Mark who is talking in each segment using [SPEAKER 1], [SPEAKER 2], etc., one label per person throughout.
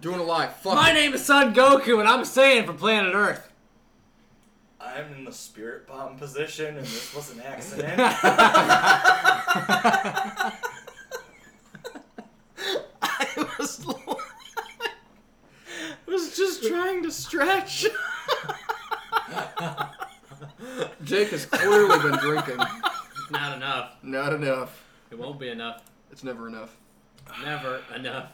[SPEAKER 1] Doing a live. Fuck.
[SPEAKER 2] My name is Son Goku, and I'm saying from planet Earth.
[SPEAKER 3] I'm in the spirit bomb position, and this was an accident.
[SPEAKER 2] I was, was just trying to stretch.
[SPEAKER 1] Jake has clearly been drinking.
[SPEAKER 2] Not enough.
[SPEAKER 1] Not enough.
[SPEAKER 2] It won't be enough.
[SPEAKER 1] It's never enough.
[SPEAKER 2] Never enough.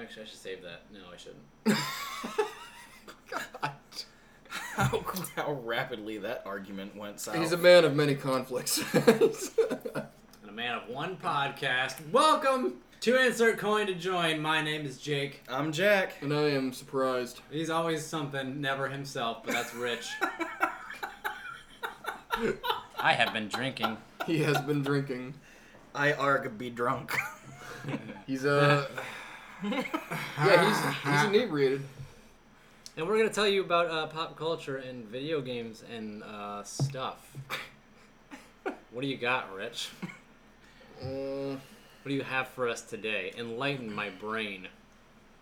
[SPEAKER 2] Actually, I should save that. No, I shouldn't.
[SPEAKER 1] God.
[SPEAKER 4] How, how rapidly that argument went south.
[SPEAKER 1] He's a man of many conflicts. That's
[SPEAKER 2] And a man of one podcast. Welcome to Insert Coin to Join. My name is Jake.
[SPEAKER 4] I'm Jack.
[SPEAKER 1] And I am surprised.
[SPEAKER 2] He's always something, never himself, but that's Rich. I have been drinking.
[SPEAKER 1] He has been drinking.
[SPEAKER 4] I arg be drunk.
[SPEAKER 1] He's uh Yeah, he's he's inebriated.
[SPEAKER 2] And we're going to tell you about uh, pop culture and video games and uh, stuff. What do you got, Rich?
[SPEAKER 1] Uh,
[SPEAKER 2] What do you have for us today? Enlighten my brain.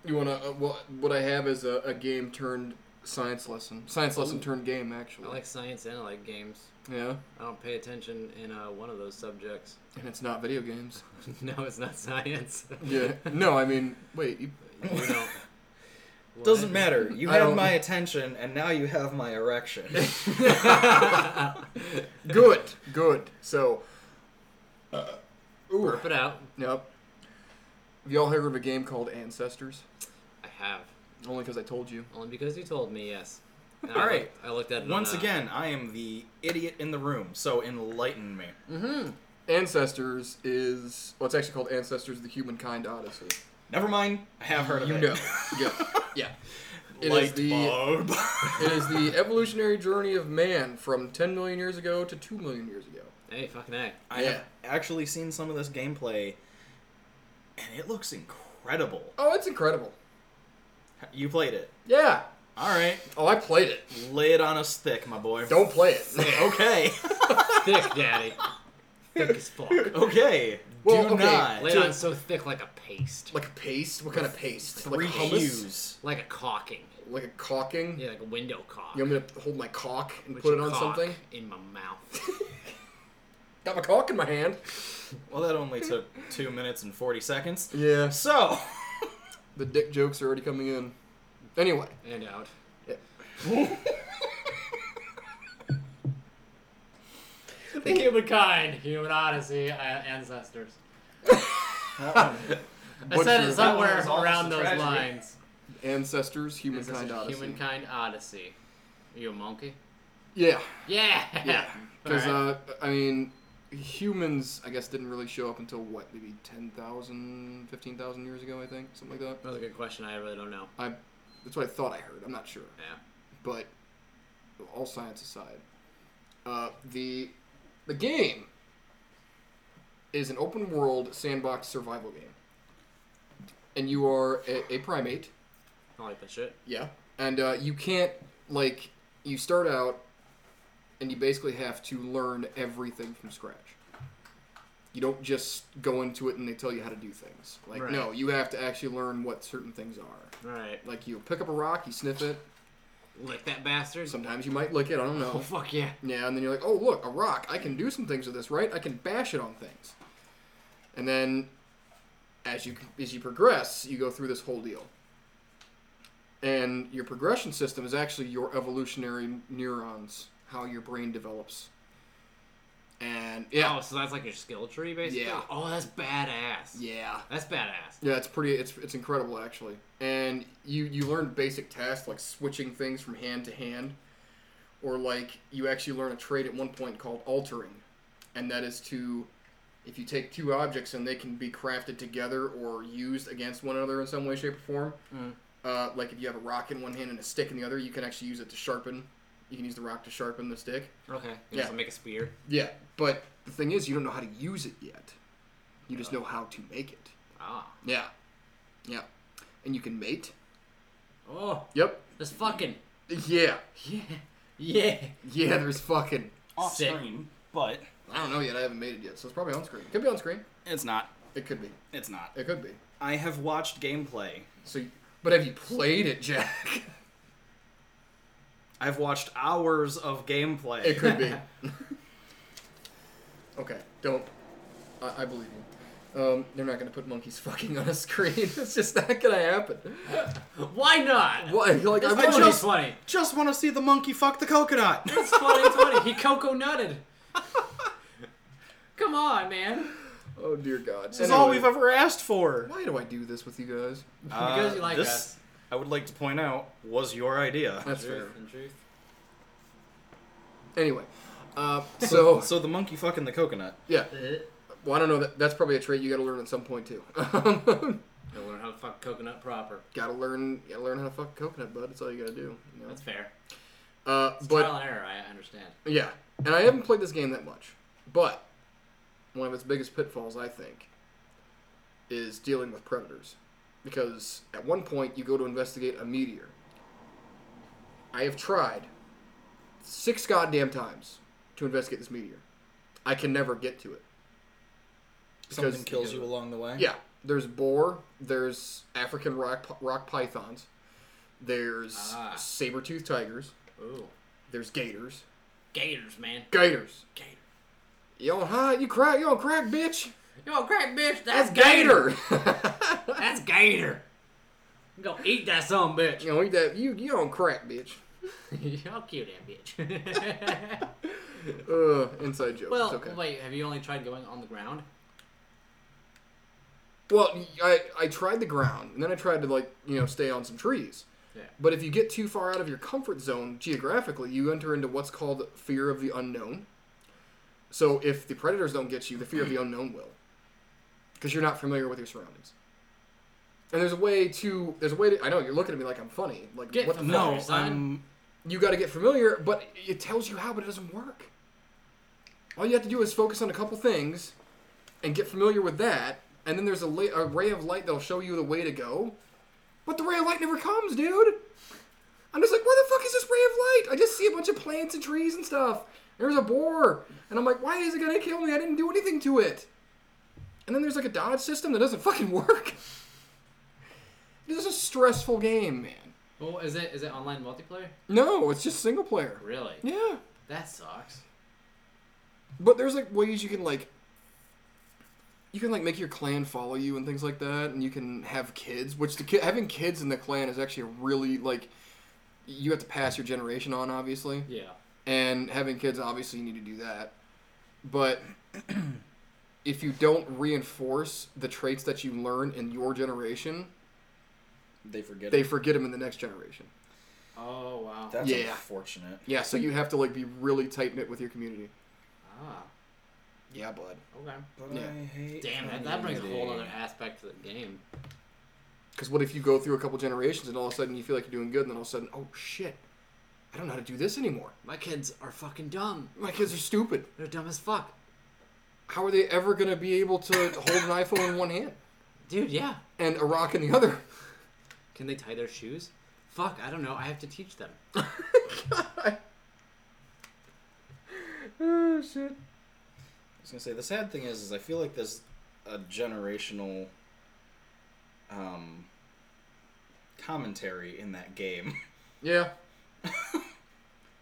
[SPEAKER 1] you wanna uh, well, what I have is a, a game turned science lesson. Science lesson turned game actually.
[SPEAKER 2] I like science and I like games.
[SPEAKER 1] yeah.
[SPEAKER 2] I don't pay attention in uh, one of those subjects.
[SPEAKER 1] And it's not video games.
[SPEAKER 2] no, it's not science.
[SPEAKER 1] Yeah. No, I mean wait, you,
[SPEAKER 2] You don't.
[SPEAKER 4] Doesn't matter. You
[SPEAKER 1] I
[SPEAKER 4] had
[SPEAKER 1] don't-
[SPEAKER 4] my attention, and now you have my erection.
[SPEAKER 1] good, good. So uh, ooh,
[SPEAKER 2] Rip it out.
[SPEAKER 1] Yep. Have y'all heard of a game called Ancestors?
[SPEAKER 2] I have.
[SPEAKER 1] Only because I told you.
[SPEAKER 2] Only because you told me, yes. And I
[SPEAKER 4] All right.
[SPEAKER 2] looked- I looked at it.
[SPEAKER 4] Once
[SPEAKER 2] on, uh,
[SPEAKER 4] again, I am the idiot in the room, so enlighten me.
[SPEAKER 1] Mm-hmm. Ancestors is well, it's actually called Ancestors: The Humankind Odyssey.
[SPEAKER 4] Never mind. I have heard of
[SPEAKER 1] You
[SPEAKER 4] it.
[SPEAKER 1] know, yeah, yeah. It is
[SPEAKER 4] Light
[SPEAKER 1] the
[SPEAKER 4] bulb.
[SPEAKER 1] it is the evolutionary journey of man from 10 million years ago to 2 million years ago.
[SPEAKER 2] Hey, fucking A.
[SPEAKER 4] I
[SPEAKER 1] Yeah.
[SPEAKER 4] have actually seen some of this gameplay, and it looks incredible.
[SPEAKER 1] Oh, it's incredible.
[SPEAKER 4] You played it.
[SPEAKER 1] Yeah.
[SPEAKER 4] All right.
[SPEAKER 1] Oh, I played it.
[SPEAKER 4] Lay it on us thick, my boy.
[SPEAKER 1] Don't play it.
[SPEAKER 4] Okay.
[SPEAKER 2] Thick, daddy. thick as fuck. Laid
[SPEAKER 4] okay.
[SPEAKER 1] Well,
[SPEAKER 4] Do
[SPEAKER 1] okay.
[SPEAKER 4] not.
[SPEAKER 1] Lay-
[SPEAKER 2] on so thick like a paste.
[SPEAKER 1] like a paste? What kind of paste?
[SPEAKER 4] Three
[SPEAKER 1] like hummus?
[SPEAKER 4] hues.
[SPEAKER 2] Like a caulking.
[SPEAKER 1] Like a caulking?
[SPEAKER 2] Yeah, like a window caulk.
[SPEAKER 1] You want me to hold my caulk and
[SPEAKER 2] With
[SPEAKER 1] put it
[SPEAKER 2] your
[SPEAKER 1] on
[SPEAKER 2] cock
[SPEAKER 1] something?
[SPEAKER 2] In my mouth.
[SPEAKER 1] Got my caulk in my hand.
[SPEAKER 4] Well, that only took two minutes and 40 seconds.
[SPEAKER 1] Yeah.
[SPEAKER 4] So,
[SPEAKER 1] The dick jokes are already coming in. Anyway.
[SPEAKER 2] and out. The humankind, human odyssey, uh, ancestors. I
[SPEAKER 1] What's
[SPEAKER 2] said
[SPEAKER 1] your-
[SPEAKER 2] it somewhere
[SPEAKER 4] That one was
[SPEAKER 2] around
[SPEAKER 4] almost a
[SPEAKER 2] those
[SPEAKER 4] tragedy.
[SPEAKER 2] lines.
[SPEAKER 1] Ancestors, Humankind
[SPEAKER 2] Ancestors,
[SPEAKER 1] Odyssey.
[SPEAKER 2] Humankind odyssey. Are you a monkey?
[SPEAKER 1] Yeah.
[SPEAKER 2] Yeah.
[SPEAKER 1] Yeah. Because,
[SPEAKER 2] All right.
[SPEAKER 1] uh, I mean, humans, I guess, didn't really show up until, what, maybe 10,000, 15,000 years ago, I think? Something like that.
[SPEAKER 2] Another good question. I really don't know.
[SPEAKER 1] I that's what I thought I heard. I'm not sure,
[SPEAKER 2] Yeah.
[SPEAKER 1] but all science aside, uh, the the game is an open world sandbox survival game, and you are a, a primate.
[SPEAKER 2] I like that shit.
[SPEAKER 1] Yeah, and uh, you can't like you start out, and you basically have to learn everything from scratch. You don't just go into it and they tell you how to do things. Like
[SPEAKER 2] Right.
[SPEAKER 1] no, you have to actually learn what certain things are.
[SPEAKER 2] All right.
[SPEAKER 1] Like you pick up a rock, you sniff it.
[SPEAKER 2] Lick that bastard.
[SPEAKER 1] Sometimes you might lick it. I don't
[SPEAKER 2] oh
[SPEAKER 1] know.
[SPEAKER 2] fuck yeah.
[SPEAKER 1] Yeah, and then you're like, oh look, a rock. I can do some things with this, right? I can bash it on things. And then, as you as you progress, you go through this whole deal. And your progression system is actually your evolutionary neurons, how your brain develops. And yeah,
[SPEAKER 2] Oh, so that's like your skill tree, basically.
[SPEAKER 1] Yeah.
[SPEAKER 2] Oh, that's badass.
[SPEAKER 1] yeah.
[SPEAKER 2] That's badass.
[SPEAKER 1] Yeah, it's pretty. It's it's incredible actually. And you you learn basic tasks like switching things from hand to hand, or like you actually learn a trade at one point called altering, and that is to, if you take two objects and they can be crafted together or used against one another in some way, shape, or form. Uh, like if you have a rock in one hand and a stick in the other, you can actually use it to sharpen. You can use the rock to sharpen the stick.
[SPEAKER 2] Okay. You
[SPEAKER 1] Yeah.
[SPEAKER 2] just make a spear.
[SPEAKER 1] Yeah, but the thing is, you don't know how to use it yet. You just know how to make it.
[SPEAKER 2] Ah.
[SPEAKER 1] Yeah. Yeah. And you can mate.
[SPEAKER 2] Oh.
[SPEAKER 1] Yep.
[SPEAKER 2] This fucking.
[SPEAKER 1] Yeah.
[SPEAKER 2] Yeah. Yeah.
[SPEAKER 1] Yeah, there's fucking.
[SPEAKER 4] off
[SPEAKER 2] Sick.
[SPEAKER 4] screen, but
[SPEAKER 1] I don't know yet. I haven't made it yet, so it's probably on screen. Could be on screen.
[SPEAKER 4] it's not.
[SPEAKER 1] It could be.
[SPEAKER 4] It's not.
[SPEAKER 1] It could be.
[SPEAKER 4] I have watched gameplay.
[SPEAKER 1] So, you- but have you played it, Jack?
[SPEAKER 4] I've watched hours of gameplay.
[SPEAKER 1] It could be. okay, don't. I, I believe you. Um, they're not gonna put monkeys fucking on a screen. It's just not gonna happen.
[SPEAKER 2] Why not?
[SPEAKER 1] What? Like
[SPEAKER 2] It's
[SPEAKER 1] I
[SPEAKER 2] totally
[SPEAKER 1] just,
[SPEAKER 2] funny.
[SPEAKER 4] Just want to see the monkey fuck the coconut.
[SPEAKER 2] It's funny. It's funny. He coco nutted. Come on, man.
[SPEAKER 1] Oh dear God.
[SPEAKER 4] This is all
[SPEAKER 1] Anyway,
[SPEAKER 4] we've ever asked for.
[SPEAKER 1] Why do I do this with you guys?
[SPEAKER 2] Because you like
[SPEAKER 4] Uh, this,
[SPEAKER 2] us.
[SPEAKER 4] I would like to point out, was your idea.
[SPEAKER 1] That's fair.
[SPEAKER 2] Truth and truth.
[SPEAKER 1] Anyway, uh, so
[SPEAKER 4] so the monkey fucking the coconut.
[SPEAKER 1] yeah.
[SPEAKER 2] They'll
[SPEAKER 1] Well, I don't know. That, that's probably a trait you got to learn at some point too. gotta
[SPEAKER 2] learn how to fuck coconut proper.
[SPEAKER 1] learn. Gotta learn how to fuck a coconut, bud. That's all you gotta do. You know?
[SPEAKER 2] That's fair.
[SPEAKER 1] Uh,
[SPEAKER 2] It's
[SPEAKER 1] but
[SPEAKER 2] trial and error. I understand.
[SPEAKER 1] Yeah, and I haven't played this game that much, but one of its biggest pitfalls, I think, is dealing with predators, because at one point you go to investigate a meteor. I have tried six goddamn times to investigate this meteor. I can never get to it.
[SPEAKER 4] Something kills you along the way.
[SPEAKER 1] Yeah, there's boar, there's African rock rock pythons, there's
[SPEAKER 2] Ah.
[SPEAKER 1] saber-toothed tigers,
[SPEAKER 2] Ooh,
[SPEAKER 1] there's gators.
[SPEAKER 2] gators, man.
[SPEAKER 1] Gators.
[SPEAKER 2] Gator.
[SPEAKER 1] You don't hide, you crack, you don't crack, bitch.
[SPEAKER 2] Yo, crack bitch.
[SPEAKER 1] That's
[SPEAKER 2] That's, gator.
[SPEAKER 1] Gator.
[SPEAKER 2] That's gator. I'm gonna eat that son of a bitch.
[SPEAKER 1] you know, eat that. You you on crack, bitch.
[SPEAKER 2] I'll kill that bitch.
[SPEAKER 1] Uh, inside joke.
[SPEAKER 2] well,
[SPEAKER 1] it's okay.
[SPEAKER 2] wait. Have you only tried going on the ground?
[SPEAKER 1] well, I I tried the ground, and then I tried to like you know stay on some trees.
[SPEAKER 2] Yeah.
[SPEAKER 1] But if you get too far out of your comfort zone geographically, you enter into what's called fear of the unknown. So if the predators don't get you, the fear of the unknown will, because you're not familiar with your surroundings. And there's a way to there's a way to I know you're looking at me like I'm funny like
[SPEAKER 2] Get
[SPEAKER 1] what the
[SPEAKER 2] familiar.
[SPEAKER 1] fuck?
[SPEAKER 4] No,
[SPEAKER 2] Son.
[SPEAKER 4] I'm.
[SPEAKER 1] you got to get familiar, but it tells you how, but it doesn't work. All you have to do is focus on a couple things and get familiar with that, and then there's a, la- a ray of light that'll show you the way to go. But the ray of light never comes, dude. I'm just like, where the fuck is this ray of light? I just see a bunch of plants and trees and stuff. There's a boar, and I'm like, why is it gonna kill me? I didn't do anything to it. And then there's like a dodge system that doesn't fucking work. This is a stressful game, man.
[SPEAKER 2] Well, is it is it online multiplayer?
[SPEAKER 1] No, it's just single player.
[SPEAKER 2] Really?
[SPEAKER 1] Yeah.
[SPEAKER 2] That sucks.
[SPEAKER 1] But there's like ways you can like you can like make your clan follow you and things like that, and you can have kids. Which the ki- having kids in the clan is actually a really like you have to pass your generation on, obviously,
[SPEAKER 2] Yeah.
[SPEAKER 1] and having kids obviously you need to do that. But if you don't reinforce the traits that you learn in your generation,
[SPEAKER 4] They forget.
[SPEAKER 1] they
[SPEAKER 4] it.
[SPEAKER 1] forget them in the next generation.
[SPEAKER 2] Oh wow.
[SPEAKER 4] That's
[SPEAKER 1] Yeah.
[SPEAKER 4] unfortunate.
[SPEAKER 1] Yeah, so you have to like be really tight knit with your community.
[SPEAKER 2] ah.
[SPEAKER 1] Yeah, bud.
[SPEAKER 2] Okay.
[SPEAKER 4] But
[SPEAKER 1] Yeah.
[SPEAKER 4] I hate
[SPEAKER 2] Damn, that, that brings a whole
[SPEAKER 4] community.
[SPEAKER 2] other aspect to the game.
[SPEAKER 1] Because what if you go through a couple generations and all of a sudden you feel like you're doing good, and then all of a sudden, oh shit, I don't know how to do this anymore.
[SPEAKER 2] My kids are fucking dumb.
[SPEAKER 1] My kids are stupid.
[SPEAKER 2] They're dumb as fuck.
[SPEAKER 1] How are they ever going to be able to hold an iPhone in one hand
[SPEAKER 2] Dude, yeah.
[SPEAKER 1] and a rock in the other?
[SPEAKER 2] Can they tie their shoes? Fuck, I don't know. I have to teach them.
[SPEAKER 1] oh shit.
[SPEAKER 4] I was gonna say the sad thing is, is I feel like there's a generational um, commentary in that game.
[SPEAKER 1] Yeah.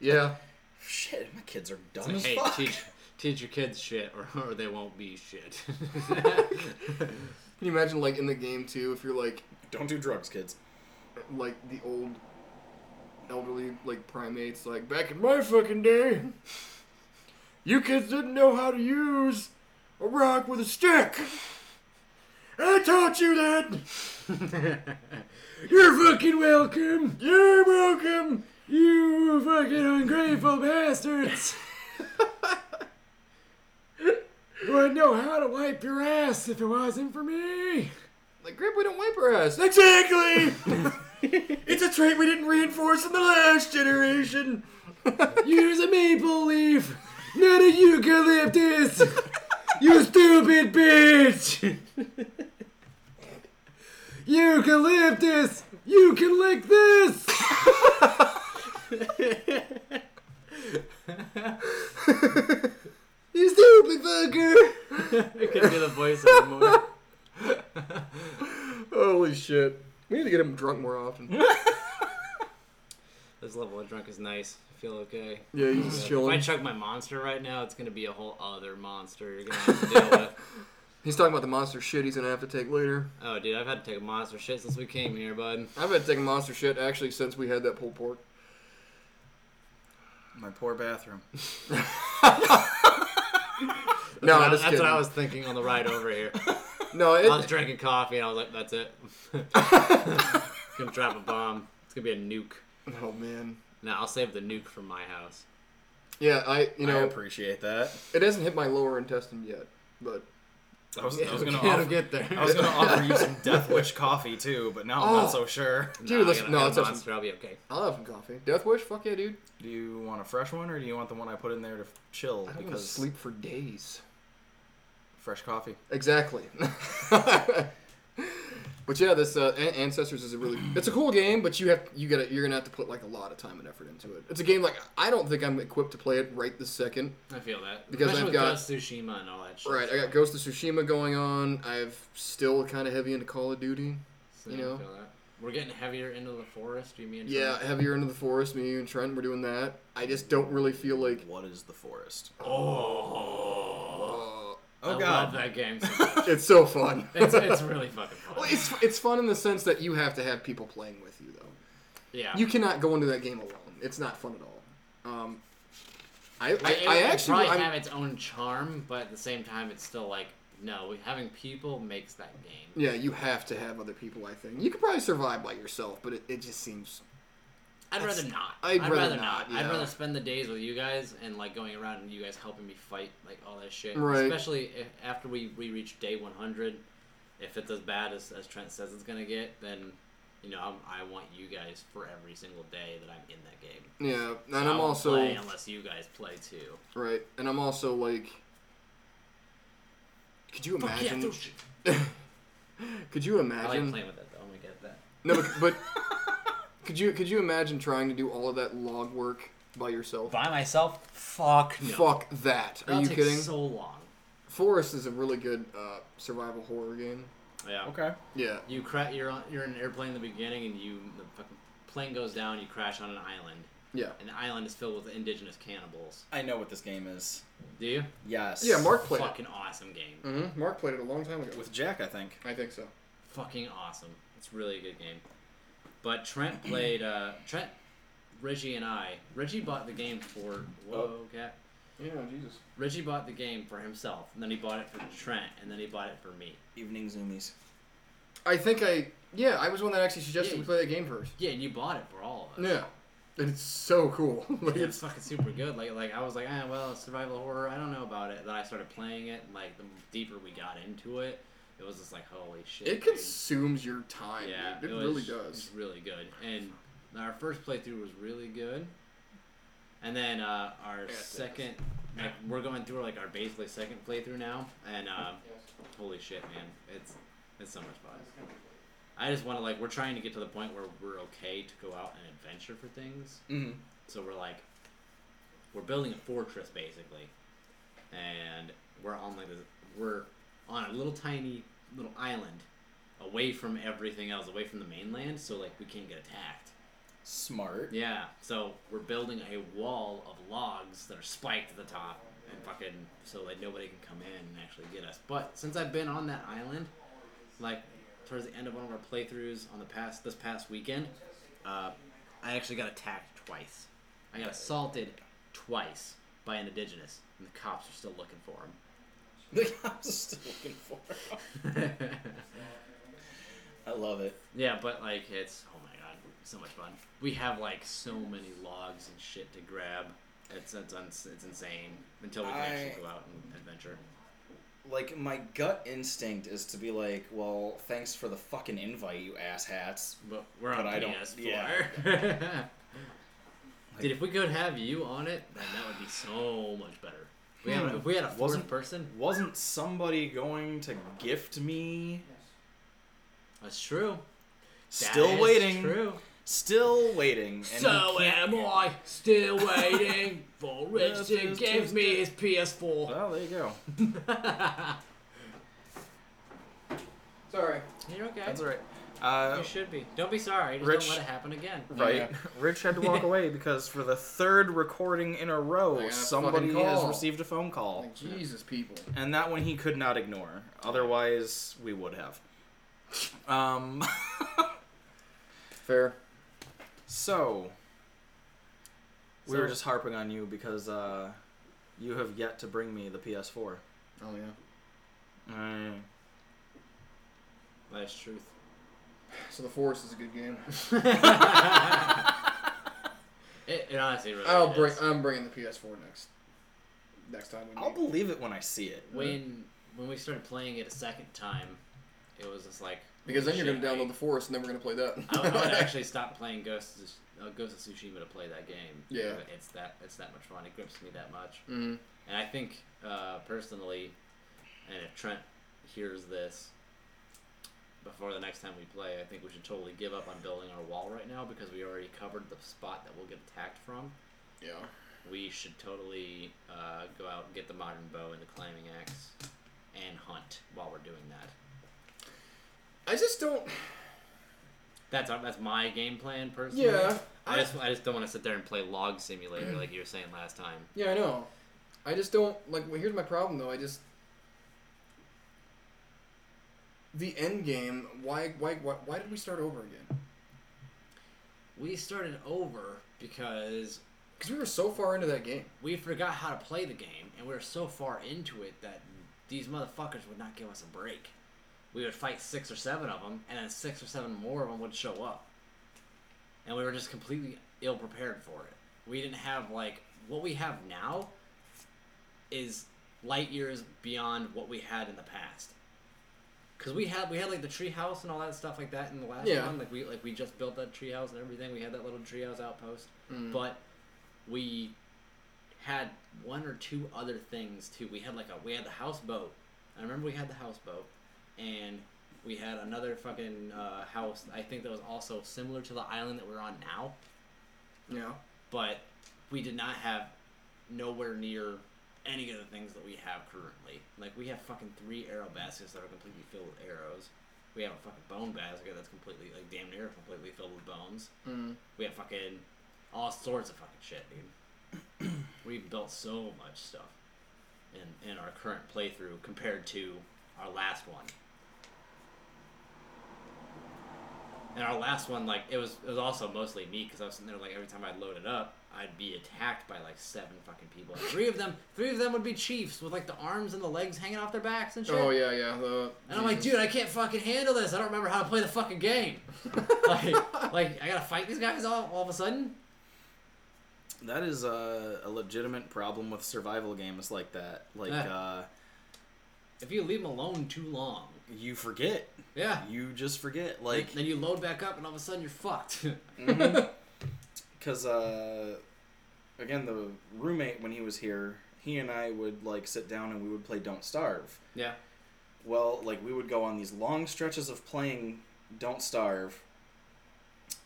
[SPEAKER 1] yeah.
[SPEAKER 4] Shit, my kids are dumb
[SPEAKER 2] Like,
[SPEAKER 4] as
[SPEAKER 2] hey,
[SPEAKER 4] fuck.
[SPEAKER 2] teach teach your kids shit, or, or they won't be shit.
[SPEAKER 1] Can you imagine like in the game too if you're like
[SPEAKER 4] Don't do drugs, kids.
[SPEAKER 1] like the old elderly like primates like back in my fucking day you kids didn't know how to use a rock with a stick i taught you that you're fucking welcome you're welcome you fucking ungrateful bastards you would know how to wipe your ass if it wasn't for me like grandpa don't wipe her ass exactly it's a trait we didn't reinforce in the last generation. Use a maple leaf, not a eucalyptus. you stupid bitch. eucalyptus, you can lick this. you stupid fucker.
[SPEAKER 2] it could be the voice of the movie.
[SPEAKER 1] Holy shit. We need to get him drunk more often.
[SPEAKER 2] This level of drunk is nice. I feel okay.
[SPEAKER 1] Yeah, he's just
[SPEAKER 2] If I
[SPEAKER 1] chilling.
[SPEAKER 2] chug my monster right now, it's gonna be a whole other monster you're gonna have to deal with.
[SPEAKER 1] He's talking about the monster shit he's gonna have to take later.
[SPEAKER 2] Oh, dude, I've had to take a monster shit since we came here, bud.
[SPEAKER 1] I've had to take monster shit actually since we had that pulled pork.
[SPEAKER 4] My poor bathroom.
[SPEAKER 1] No,
[SPEAKER 2] That's what I-
[SPEAKER 1] just
[SPEAKER 2] that's
[SPEAKER 1] kidding.
[SPEAKER 2] what I was thinking on the ride over here.
[SPEAKER 1] No,
[SPEAKER 2] I was
[SPEAKER 1] it,
[SPEAKER 2] drinking coffee and I was like, "That's it. gonna drop a bomb. It's gonna be a nuke."
[SPEAKER 1] oh man.
[SPEAKER 2] No, I'll save the nuke for my house.
[SPEAKER 1] Yeah, I you
[SPEAKER 4] I
[SPEAKER 1] know
[SPEAKER 4] appreciate that.
[SPEAKER 1] it hasn't hit my lower intestine yet, but
[SPEAKER 4] I was, I was gonna
[SPEAKER 2] It'll
[SPEAKER 4] offer,
[SPEAKER 2] get there.
[SPEAKER 4] I was gonna offer you some Death Wish coffee too, but now I'm
[SPEAKER 1] Oh.
[SPEAKER 4] not so sure.
[SPEAKER 1] Dude,
[SPEAKER 2] I
[SPEAKER 1] let's-
[SPEAKER 2] got a-
[SPEAKER 1] no,
[SPEAKER 2] I got a
[SPEAKER 1] let's have some-
[SPEAKER 2] monster. I'll be okay.
[SPEAKER 1] I'll have some coffee. Death wish, fuck yeah, dude.
[SPEAKER 4] Do you want a fresh one or do you want the one I put in there to f- chill?
[SPEAKER 1] I don't want to
[SPEAKER 4] because
[SPEAKER 1] sleep for days.
[SPEAKER 4] fresh coffee.
[SPEAKER 1] Exactly. but yeah, this uh, An- Ancestors is a really it's a cool game, but you have you gotta you're gonna have to put like a lot of time and effort into it. It's a game like I don't think I'm equipped to play it right this second.
[SPEAKER 2] I feel that
[SPEAKER 1] Because
[SPEAKER 2] Especially
[SPEAKER 1] I've
[SPEAKER 2] with
[SPEAKER 1] got-
[SPEAKER 2] Ghost of Tsushima and all that shit.
[SPEAKER 1] Right, I got Ghost of Tsushima going on. I've still kind of heavy into Call of Duty.
[SPEAKER 2] So,
[SPEAKER 1] you
[SPEAKER 2] I
[SPEAKER 1] know.
[SPEAKER 2] feel that. We're getting heavier into the forest. You mean?
[SPEAKER 1] Yeah, heavier into the forest. Me and Trent, we're doing that. I just don't really feel like.
[SPEAKER 4] What is the forest?
[SPEAKER 1] Uh,
[SPEAKER 2] Oh. I
[SPEAKER 4] Oh
[SPEAKER 2] love
[SPEAKER 4] God!
[SPEAKER 2] that game. So much.
[SPEAKER 1] it's so fun.
[SPEAKER 2] it's, it's really fucking fun.
[SPEAKER 1] Well, it's it's fun in the sense that you have to have people playing with you though.
[SPEAKER 2] yeah.
[SPEAKER 1] You cannot go into that game alone. It's not fun at all. Um, I I,
[SPEAKER 2] It- it
[SPEAKER 1] I
[SPEAKER 2] would
[SPEAKER 1] actually
[SPEAKER 2] probably
[SPEAKER 1] I'm-
[SPEAKER 2] have its own charm, but at the same time, it's still like no. we- Having people makes that game.
[SPEAKER 1] yeah you have to have other people. I think you could probably survive by yourself, but it, it just seems
[SPEAKER 2] I'd
[SPEAKER 1] That's-
[SPEAKER 2] rather not.
[SPEAKER 1] I'd rather not,
[SPEAKER 2] I'd
[SPEAKER 1] yeah.
[SPEAKER 2] rather spend the days with you guys and like going around and you guys helping me fight like all that shit.
[SPEAKER 1] Right.
[SPEAKER 2] Especially if, after we we reach day 100, if it's as bad as, as Trent says it's gonna get, then you know I'm, I want you guys for every single day that I'm in that game.
[SPEAKER 1] yeah. And
[SPEAKER 2] I
[SPEAKER 1] I'm
[SPEAKER 2] won't
[SPEAKER 1] also
[SPEAKER 2] play unless you guys play too.
[SPEAKER 1] right, and I'm also like. Could you
[SPEAKER 2] Fuck yeah,
[SPEAKER 1] imagine?
[SPEAKER 2] throw shit.
[SPEAKER 1] could you
[SPEAKER 2] I like
[SPEAKER 1] imagine?
[SPEAKER 2] playing with it though. I'm gonna get that.
[SPEAKER 1] No, but, but could you could you imagine trying to do all of that log work by yourself?
[SPEAKER 2] By myself? Fuck no.
[SPEAKER 1] Fuck that! Are
[SPEAKER 2] That'll
[SPEAKER 1] you
[SPEAKER 2] take
[SPEAKER 1] kidding?
[SPEAKER 2] So long.
[SPEAKER 1] Forest is a really good uh, survival horror game.
[SPEAKER 2] Yeah.
[SPEAKER 4] Okay.
[SPEAKER 1] Yeah,
[SPEAKER 2] You cra- you're on, you're in an airplane in the beginning, and you the fucking plane goes down. You crash on an island,
[SPEAKER 1] yeah,
[SPEAKER 2] and the island is filled with indigenous cannibals.
[SPEAKER 4] I know what this game is.
[SPEAKER 2] Do you?
[SPEAKER 4] Yes.
[SPEAKER 1] yeah. Mark played
[SPEAKER 2] Fucking awesome game.
[SPEAKER 1] it. hmm Mark played it a long time ago.
[SPEAKER 4] with Jack, I think.
[SPEAKER 1] I think so.
[SPEAKER 2] Fucking awesome. It's really a good game. But Trent played. Uh, Trent, Reggie, and I. Reggie bought the game for whoa cat.
[SPEAKER 1] Yeah, Jesus.
[SPEAKER 2] Reggie bought the game for himself, and then he bought it for Trent, and then he bought it for me.
[SPEAKER 4] Evening Zoomies.
[SPEAKER 1] I think I yeah I was the one that actually suggested
[SPEAKER 2] Yeah.
[SPEAKER 1] we play that game first.
[SPEAKER 2] Yeah, and you bought it for all of us.
[SPEAKER 1] Yeah, and it's so cool. like
[SPEAKER 2] It's
[SPEAKER 1] it's
[SPEAKER 2] fucking super good. Like like I was like, ah, well, survival horror. I don't know about it. Then I started playing it. and, Like the deeper we got into it, it was just like, holy shit.
[SPEAKER 1] it
[SPEAKER 2] dude.
[SPEAKER 1] consumes your time.
[SPEAKER 2] Yeah,
[SPEAKER 1] dude. it,
[SPEAKER 2] was-
[SPEAKER 1] really
[SPEAKER 2] it
[SPEAKER 1] does.
[SPEAKER 2] was really good. And our first playthrough was really good. And then uh, our
[SPEAKER 1] it is.
[SPEAKER 2] second, like we're going through like our basically second playthrough now. And uh, holy shit, man, it's it's so much fun. I just want to like we're trying to get to the point where we're okay to go out and adventure for things.
[SPEAKER 4] Mm-hmm.
[SPEAKER 2] So we're like, we're building a fortress basically, and we're on like this, we're on a little tiny little island, away from everything else, away from the mainland, so like we can't get attacked.
[SPEAKER 4] Smart.
[SPEAKER 2] Yeah. So we're building a wall of logs that are spiked at the top, and fucking so like nobody can come in and actually get us. But since I've been on that island, like towards the end of one of our playthroughs on the past this past weekend, uh, I actually got attacked twice. I got assaulted twice by an indigenous, and the cops are still looking for
[SPEAKER 4] The cops are still looking for.
[SPEAKER 2] him.
[SPEAKER 4] I love it.
[SPEAKER 2] yeah, but like it's oh my god, so much fun. We have like so many logs and shit to grab. It's it's, uns it's insane until we can
[SPEAKER 4] I-
[SPEAKER 2] actually go out and adventure.
[SPEAKER 4] Like my gut instinct is to be like, well, thanks for the fucking invite, you asshats.
[SPEAKER 2] But we're on
[SPEAKER 4] But I don't-
[SPEAKER 2] PS4.
[SPEAKER 4] Like-
[SPEAKER 2] Dude, if we could have you on it, then that would be so much better. We had,
[SPEAKER 4] Hmm.
[SPEAKER 2] if we had a 4th
[SPEAKER 4] Wasn't-
[SPEAKER 2] person,
[SPEAKER 4] Wasn't somebody going to gift me?
[SPEAKER 2] that's true. That
[SPEAKER 4] Still
[SPEAKER 2] is
[SPEAKER 4] waiting.
[SPEAKER 2] True.
[SPEAKER 4] Still waiting. And you
[SPEAKER 2] so
[SPEAKER 4] can't-
[SPEAKER 2] am I still waiting for Rich
[SPEAKER 4] This
[SPEAKER 2] to
[SPEAKER 4] is
[SPEAKER 2] give
[SPEAKER 4] just
[SPEAKER 2] me
[SPEAKER 4] it.
[SPEAKER 2] his PS4?
[SPEAKER 4] Well, there you go.
[SPEAKER 2] You're
[SPEAKER 1] Sorry.
[SPEAKER 2] okay.
[SPEAKER 4] That's all right. Uh,
[SPEAKER 1] Oh.
[SPEAKER 2] You should be. Don't be sorry. Just
[SPEAKER 4] Rich-
[SPEAKER 2] don't let it happen again.
[SPEAKER 1] Right.
[SPEAKER 4] yeah. Rich had to walk away because for the third recording in a
[SPEAKER 1] I got
[SPEAKER 4] row,
[SPEAKER 1] a
[SPEAKER 4] somebody
[SPEAKER 1] fucking
[SPEAKER 4] has
[SPEAKER 1] call.
[SPEAKER 4] received a phone call.
[SPEAKER 1] Like, Oh, Jesus, people.
[SPEAKER 4] and that one he could not ignore. Otherwise, we would have. Um,
[SPEAKER 1] Fair.
[SPEAKER 4] so we were
[SPEAKER 1] So-
[SPEAKER 4] just harping on you because uh, you have yet to bring me the PS4.
[SPEAKER 1] Oh yeah.
[SPEAKER 4] Mm.
[SPEAKER 2] That's truth.
[SPEAKER 1] So the Forest is a good game.
[SPEAKER 2] It, it honestly really
[SPEAKER 1] I'll
[SPEAKER 2] is.
[SPEAKER 1] bring. I'm bringing the PS4 next. Next time we meet.
[SPEAKER 4] I'll believe it when I see it.
[SPEAKER 2] when when we started playing it a second time, it was just like
[SPEAKER 1] because then you're
[SPEAKER 2] holy
[SPEAKER 1] gonna download the
[SPEAKER 2] shit,
[SPEAKER 1] Forest and then we're gonna play that.
[SPEAKER 2] I, I would actually stop playing Ghost of, Tsush- uh, Ghost of Tsushima to play that game.
[SPEAKER 1] Yeah.
[SPEAKER 2] it's that it's that much fun. It grips me that much,
[SPEAKER 1] Mhm.
[SPEAKER 2] and I think uh, personally, and if Trent hears this before the next time we play, I think we should totally give up on building our wall right now because we already covered the spot that we'll get attacked from.
[SPEAKER 1] Yeah.
[SPEAKER 2] we should totally uh, go out and get the modern bow and the climbing axe and hunt while we're doing that.
[SPEAKER 1] I just don't.
[SPEAKER 2] That's our, that's my game plan personally.
[SPEAKER 1] Yeah.
[SPEAKER 2] I
[SPEAKER 1] I,
[SPEAKER 2] just I just don't want to sit there and play log simulator like you were saying last time.
[SPEAKER 1] yeah, I know. I just don't like. Well, here's my problem though. I just the end game. Why? Why? Why, why did we start over again?
[SPEAKER 2] We started over because
[SPEAKER 1] Because we were so far into that game.
[SPEAKER 2] we forgot how to play the game and we were so far into it that these motherfuckers would not give us a break. We would fight six or seven of them, and then six or seven more of them would show up. And we were just completely ill prepared for it. We didn't have, like, what we have now is light years beyond what we had in the past. Cause we had we had like the treehouse and all that stuff like that in the last
[SPEAKER 1] Yeah.
[SPEAKER 2] one. Like we like we just built that treehouse and everything. We had that little treehouse outpost, but we had one or two other things too. We had like a we had the houseboat. I remember we had the houseboat, and we had another fucking uh, house. I think that was also similar to the island that we're on now,
[SPEAKER 1] Yeah.
[SPEAKER 2] but we did not have nowhere near any of the things that we have currently. Like we have fucking three arrow baskets that are completely filled with arrows. We have a fucking bone basket that's completely like damn near completely filled with bones.
[SPEAKER 1] Mm.
[SPEAKER 2] We have fucking all sorts of fucking shit, dude. We've built so much stuff in in our current playthrough compared to our last one. And our last one, like it was, it was also mostly me because I was sitting there like every time I'd load it up, I'd be attacked by like seven fucking people. And three of them, three of them would be chiefs with like the arms and the legs hanging off their backs and shit.
[SPEAKER 1] Oh yeah, yeah. The,
[SPEAKER 2] And I'm like, dude, I can't fucking handle this. I don't remember how to play the fucking game. like, like I gotta fight these guys all, all of a sudden.
[SPEAKER 4] That is a, a legitimate problem with survival games like that. Like
[SPEAKER 2] Yeah.
[SPEAKER 4] uh,
[SPEAKER 2] If you leave them alone too long,
[SPEAKER 4] you forget,
[SPEAKER 2] yeah,
[SPEAKER 4] you just forget.
[SPEAKER 2] like
[SPEAKER 4] Like Mm-hmm.
[SPEAKER 2] then you load back up, and all of a sudden you're fucked.
[SPEAKER 4] because uh, again, the roommate when he was here, he and I would like sit down and we would play Don't Starve.
[SPEAKER 2] yeah,
[SPEAKER 4] well like we would go on these long stretches of playing don't starve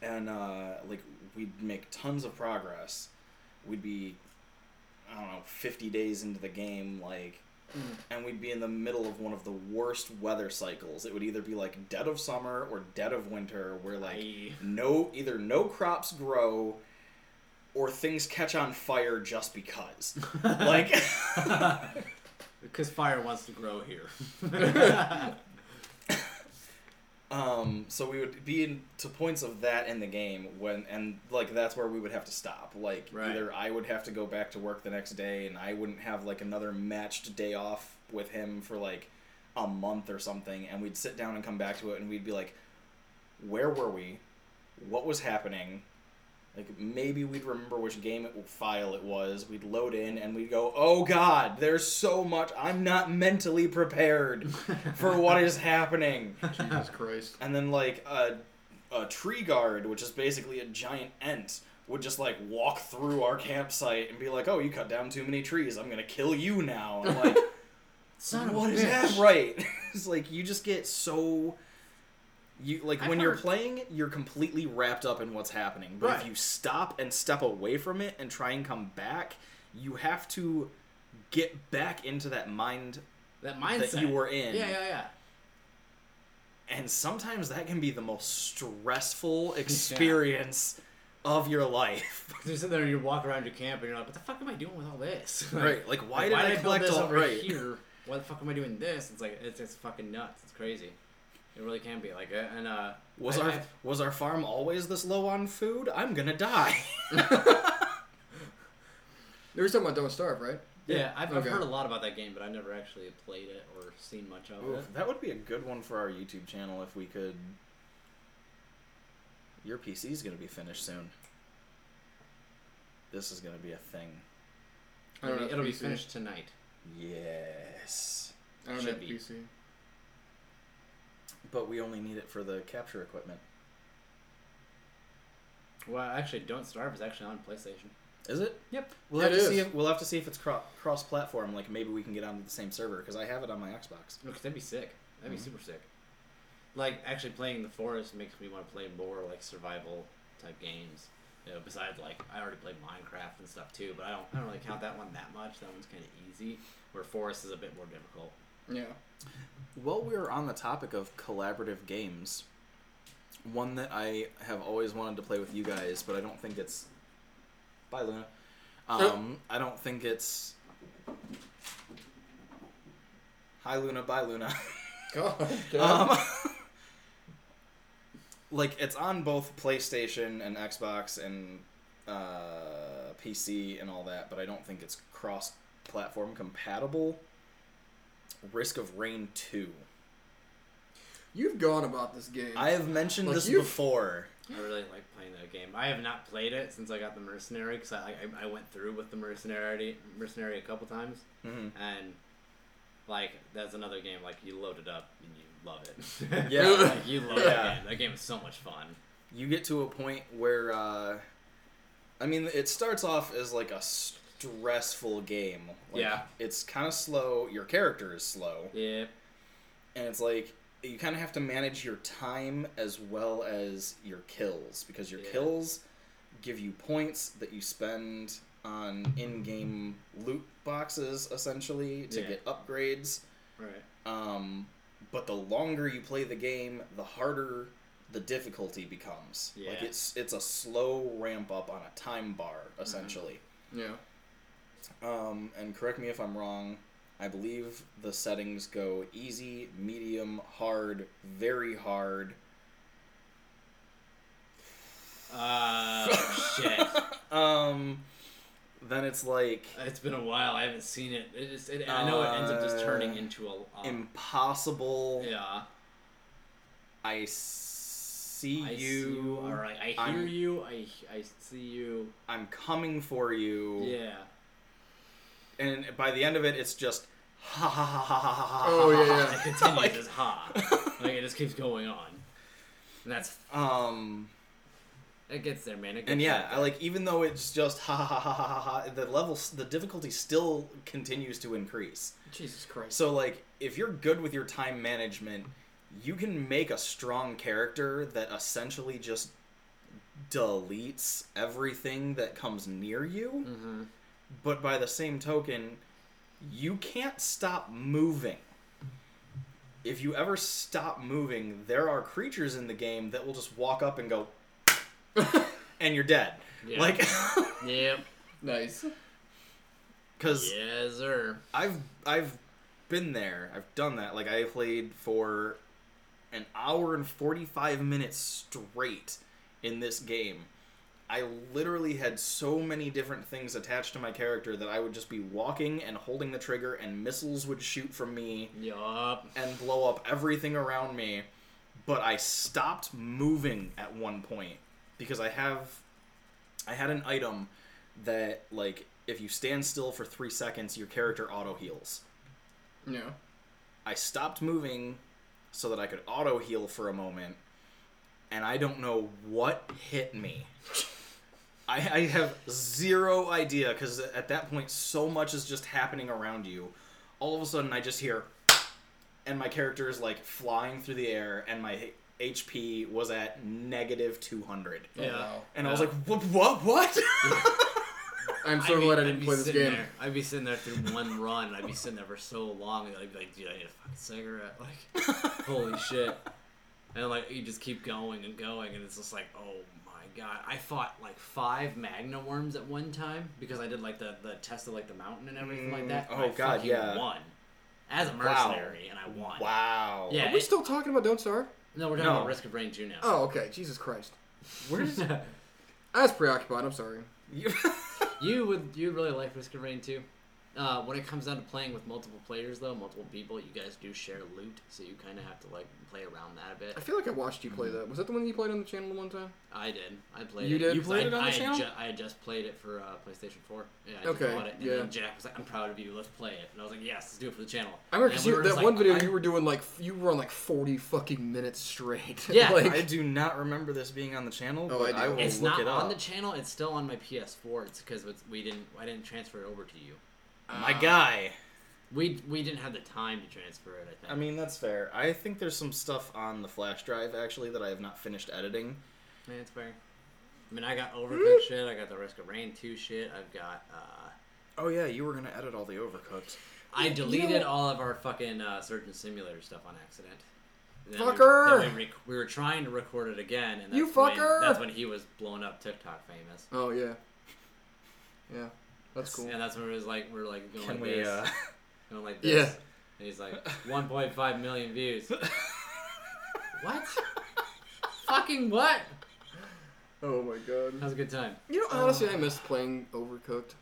[SPEAKER 4] and uh like we'd make tons of progress we'd be i don't know 50 days into the game like and we'd be in the middle of one of the worst weather cycles it would either be like dead of summer or dead of winter where like
[SPEAKER 2] Aye.
[SPEAKER 4] no either no crops grow or things catch on fire just because like
[SPEAKER 2] because fire wants to grow here.
[SPEAKER 4] Um, so we would be in, to points of that in the game when, and like that's where we would have to stop. Like
[SPEAKER 2] Right.
[SPEAKER 4] either I would have to go back to work the next day, and I wouldn't have like another matched day off with him for like a month or something, and we'd sit down and come back to it, and we'd be like, where were we? What was happening? Like maybe we'd remember which game it, file it was. We'd load in and we'd go, "Oh God, there's so much. I'm not mentally prepared for what is happening."
[SPEAKER 1] Jesus Christ.
[SPEAKER 4] and then like a, a tree guard, which is basically a giant ant, would just like walk through our campsite and be like, "Oh, you cut down too many trees. I'm gonna kill you now." And like,
[SPEAKER 2] Son of
[SPEAKER 4] what
[SPEAKER 2] a
[SPEAKER 4] is that
[SPEAKER 2] bitch.
[SPEAKER 4] right? it's like you just get so you like
[SPEAKER 2] I
[SPEAKER 4] when you're
[SPEAKER 2] heard-
[SPEAKER 4] playing, you're completely wrapped up in what's happening. But
[SPEAKER 2] Right.
[SPEAKER 4] if you stop and step away from it and try and come back, you have to get back into that mind
[SPEAKER 2] That mindset
[SPEAKER 4] you were in.
[SPEAKER 2] Yeah, yeah, yeah.
[SPEAKER 4] And sometimes that can be the most stressful experience of your life.
[SPEAKER 2] You're sitting there and you walk around your camp and you're like, what the fuck am I doing with all this? Like,
[SPEAKER 4] Right, like, why did I
[SPEAKER 2] build
[SPEAKER 4] collect
[SPEAKER 2] this
[SPEAKER 4] all-
[SPEAKER 2] over
[SPEAKER 4] right.
[SPEAKER 2] here? Why the fuck am I doing this? It's like it's, it's fucking nuts. It's crazy. It really can be like uh, and uh.
[SPEAKER 4] Was
[SPEAKER 2] I-
[SPEAKER 4] our
[SPEAKER 2] I-
[SPEAKER 4] was our farm always this low on food? I'm gonna die.
[SPEAKER 1] They were talking about Don't Starve, right?
[SPEAKER 2] yeah, I've, I've
[SPEAKER 1] Okay.
[SPEAKER 2] heard a lot about that game, but I've never actually played it or seen much of it.
[SPEAKER 4] that would be a good one for our YouTube channel if we could. Your PC's gonna be finished soon. This is gonna be a thing.
[SPEAKER 1] I don't
[SPEAKER 2] It'll, be,
[SPEAKER 1] have
[SPEAKER 2] it'll be
[SPEAKER 1] PC.
[SPEAKER 2] finished tonight.
[SPEAKER 4] Yes.
[SPEAKER 1] I don't
[SPEAKER 2] Should
[SPEAKER 1] have
[SPEAKER 2] be.
[SPEAKER 1] PC.
[SPEAKER 4] But we only need it for the capture equipment.
[SPEAKER 2] Well, actually, Don't Starve is actually on PlayStation.
[SPEAKER 4] Is it?
[SPEAKER 2] Yep.
[SPEAKER 4] We'll
[SPEAKER 1] It
[SPEAKER 4] have to see.
[SPEAKER 1] is.
[SPEAKER 4] If, we'll have to see if it's cro- cross-platform. Like maybe we can get onto the same server because I have it on my Xbox.
[SPEAKER 2] Look, Oh, that'd be sick. That'd
[SPEAKER 4] Mm-hmm.
[SPEAKER 2] be super sick. Like actually playing the forest makes me want to play more like survival type games. You know, besides like I already play Minecraft and stuff too, but I don't I don't really count that one that much. That one's kind of easy. Where forest is a bit more difficult.
[SPEAKER 1] Yeah.
[SPEAKER 4] While we're on the topic of collaborative games, one that I have always wanted to play with you guys, but I don't think it's. Bye, Luna. Um, I don't think it's. Hi, Luna. Bye, Luna.
[SPEAKER 1] God. damn.
[SPEAKER 4] Um, like it's on both PlayStation and Xbox and uh, PC and all that, but I don't think it's cross-platform compatible. Risk of Rain Two.
[SPEAKER 1] You've gone about this game.
[SPEAKER 4] I have mentioned
[SPEAKER 1] Like
[SPEAKER 4] this
[SPEAKER 1] you've-
[SPEAKER 4] before.
[SPEAKER 2] I really like playing that game. I have not played it since I got the mercenary because I, I I went through with the mercenary mercenary a couple times
[SPEAKER 4] Mhm.
[SPEAKER 2] and like that's another game like you load it up and you love it.
[SPEAKER 4] Yeah.
[SPEAKER 2] like, you love
[SPEAKER 4] Yeah.
[SPEAKER 2] that game. That game is so much fun.
[SPEAKER 4] You get to a point where, uh, I mean, it starts off as like a stressful game. Like,
[SPEAKER 2] Yeah.
[SPEAKER 4] it's kind of slow. Your character is slow.
[SPEAKER 2] Yeah.
[SPEAKER 4] and it's like you kind of have to manage your time as well as your kills because your
[SPEAKER 2] Yeah.
[SPEAKER 4] kills give you points that you spend on in-game loot boxes essentially to
[SPEAKER 2] Yeah.
[SPEAKER 4] get upgrades
[SPEAKER 2] Right.
[SPEAKER 4] um, but the longer you play the game the harder the difficulty becomes
[SPEAKER 2] Yeah. Mm-hmm.
[SPEAKER 4] like it's it's a slow ramp up on a time bar essentially
[SPEAKER 1] yeah.
[SPEAKER 4] um, and correct me if I'm wrong. I believe the settings go easy, medium, hard, very hard.
[SPEAKER 2] Uh, shit.
[SPEAKER 4] Um, then it's like
[SPEAKER 2] It's been a while. I haven't seen it. It just, it, I know it ends up just turning
[SPEAKER 4] Uh,
[SPEAKER 2] into a. Uh,
[SPEAKER 4] impossible.
[SPEAKER 2] yeah.
[SPEAKER 4] I see
[SPEAKER 2] I see
[SPEAKER 4] you.
[SPEAKER 2] you. All right. I hear
[SPEAKER 4] I'm-
[SPEAKER 2] you. I I see you.
[SPEAKER 4] I'm coming for you.
[SPEAKER 2] Yeah.
[SPEAKER 4] And by the end of it, it's just ha ha ha ha ha ha. ha,
[SPEAKER 1] Oh,
[SPEAKER 4] ha,
[SPEAKER 1] yeah,
[SPEAKER 4] ha,
[SPEAKER 1] yeah.
[SPEAKER 2] It continues as ha. Like it just keeps going on. And that's
[SPEAKER 4] ha. Um.
[SPEAKER 2] it gets there, man. It gets
[SPEAKER 4] And yeah,
[SPEAKER 2] there.
[SPEAKER 4] I like even though it's just ha ha ha ha ha ha, ha, the level, the difficulty still continues to increase.
[SPEAKER 1] Jesus Christ.
[SPEAKER 4] So like if you're good with your time management, you can make a strong character that essentially just deletes everything that comes near you.
[SPEAKER 2] Mm.
[SPEAKER 4] But by the same token, you can't stop moving. If you ever stop moving, there are creatures in the game that will just walk up and go and you're dead.
[SPEAKER 2] Yeah.
[SPEAKER 4] Like
[SPEAKER 2] Yep.
[SPEAKER 1] Nice.
[SPEAKER 4] cuz
[SPEAKER 2] Yes, sir.
[SPEAKER 4] I've I've been there. I've done that. Like I played for an hour and 45 minutes straight in this game. I literally had so many different things attached to my character that I would just be walking and holding the trigger and missiles would shoot from me
[SPEAKER 2] Yup.
[SPEAKER 4] and blow up everything around me, but I stopped moving at one point because I have I had an item that like if you stand still for 3 seconds your character auto heals.
[SPEAKER 1] Yeah.
[SPEAKER 4] I stopped moving so that I could auto heal for a moment and I don't know what hit me. I, I have zero idea because at that point so much is just happening around you. All of a sudden, I just hear, and my character is like flying through the air, and my H- HP was at negative two hundred.
[SPEAKER 2] Yeah.
[SPEAKER 1] wow.
[SPEAKER 4] And I was like, what? What? what?
[SPEAKER 1] I'm so
[SPEAKER 2] I'd be-
[SPEAKER 1] glad I
[SPEAKER 2] I'd
[SPEAKER 1] didn't
[SPEAKER 2] be
[SPEAKER 1] play this
[SPEAKER 2] sitting
[SPEAKER 1] game.
[SPEAKER 2] There, I'd be sitting there through one run, and I'd be sitting there for so long, and I'd be like, dude, I need a fucking cigarette. Like, holy shit. and like you just keep going and going, and it's just like, oh my god! I fought like five magna worms at one time because I did like the the test of like the mountain and everything like that. and
[SPEAKER 4] oh
[SPEAKER 2] I
[SPEAKER 4] God,
[SPEAKER 2] fucking
[SPEAKER 4] yeah.
[SPEAKER 2] Won as a mercenary, and I won.
[SPEAKER 4] Wow.
[SPEAKER 2] Yeah.
[SPEAKER 1] Are we
[SPEAKER 2] it-
[SPEAKER 1] still talking about Don't Starve?
[SPEAKER 2] No, we're talking
[SPEAKER 4] No.
[SPEAKER 2] about Risk of Rain two now.
[SPEAKER 1] Oh, okay. Jesus Christ.
[SPEAKER 4] Where's
[SPEAKER 1] I was preoccupied. I'm sorry.
[SPEAKER 4] you?
[SPEAKER 2] You would you really like Risk of Rain too? Uh, when it comes down to playing with multiple players though, multiple people, you guys do share loot, so you kind of have to like play around that a
[SPEAKER 1] I
[SPEAKER 2] bit.
[SPEAKER 1] feel like I watched you play
[SPEAKER 2] Mm-hmm.
[SPEAKER 1] that. Was that the one you played on the channel the one time?
[SPEAKER 2] I did. I played.
[SPEAKER 1] You
[SPEAKER 2] it.
[SPEAKER 1] did?
[SPEAKER 4] You
[SPEAKER 2] I,
[SPEAKER 4] played it on the
[SPEAKER 2] I
[SPEAKER 4] channel?
[SPEAKER 2] Ju- I had just played it for uh, PlayStation Four. Yeah. I
[SPEAKER 1] Okay,
[SPEAKER 2] Just bought it, and
[SPEAKER 1] yeah.
[SPEAKER 2] then Jack was like, "I'm proud of you. Let's play it." And I was like, "Yes, let's do it for the channel."
[SPEAKER 1] I remember
[SPEAKER 2] And
[SPEAKER 1] 'cause
[SPEAKER 2] we
[SPEAKER 1] you,
[SPEAKER 2] were
[SPEAKER 1] that
[SPEAKER 2] just like,
[SPEAKER 1] one video
[SPEAKER 2] I-
[SPEAKER 1] you were doing like f- you were on like 40 fucking minutes straight.
[SPEAKER 2] Yeah.
[SPEAKER 1] like,
[SPEAKER 4] I do not remember this being on the channel,
[SPEAKER 1] Oh,
[SPEAKER 4] but
[SPEAKER 1] I
[SPEAKER 4] I,
[SPEAKER 1] do.
[SPEAKER 4] will
[SPEAKER 2] It's
[SPEAKER 4] look
[SPEAKER 2] not
[SPEAKER 4] it up.
[SPEAKER 2] on the channel. It's still on my PS4. It's because we didn't. I didn't transfer it over to you.
[SPEAKER 4] My guy.
[SPEAKER 2] We we didn't have the time to transfer it. I think.
[SPEAKER 4] I mean, that's fair. I think there's some stuff on the flash drive actually that I have not finished editing.
[SPEAKER 2] Man, it's fair. I mean, I
[SPEAKER 1] Hmm.
[SPEAKER 2] got Overcooked shit. I got the Risk of Rain 2 shit. I've got. uh
[SPEAKER 4] Oh yeah, you were gonna edit all the overcooked.
[SPEAKER 2] I deleted
[SPEAKER 1] what?
[SPEAKER 2] all of our fucking uh, Surgeon Simulator stuff on accident. And then we-
[SPEAKER 1] Fucker!
[SPEAKER 2] then we, rec- we were trying to record it again, and that's
[SPEAKER 1] You fucker!
[SPEAKER 2] When, that's when he was blowing up TikTok famous.
[SPEAKER 1] Oh yeah. Yeah. That's cool.
[SPEAKER 2] And that's when it was like we were like going
[SPEAKER 4] Can
[SPEAKER 2] like
[SPEAKER 4] we?
[SPEAKER 2] this,
[SPEAKER 4] uh...
[SPEAKER 2] going like
[SPEAKER 1] Yeah.
[SPEAKER 2] this. And he's like 1.5 million views. what? Fucking what?
[SPEAKER 1] Oh my
[SPEAKER 2] That
[SPEAKER 1] god.
[SPEAKER 2] was a good time.
[SPEAKER 1] You know, honestly,
[SPEAKER 2] uh.
[SPEAKER 1] I missed playing Overcooked.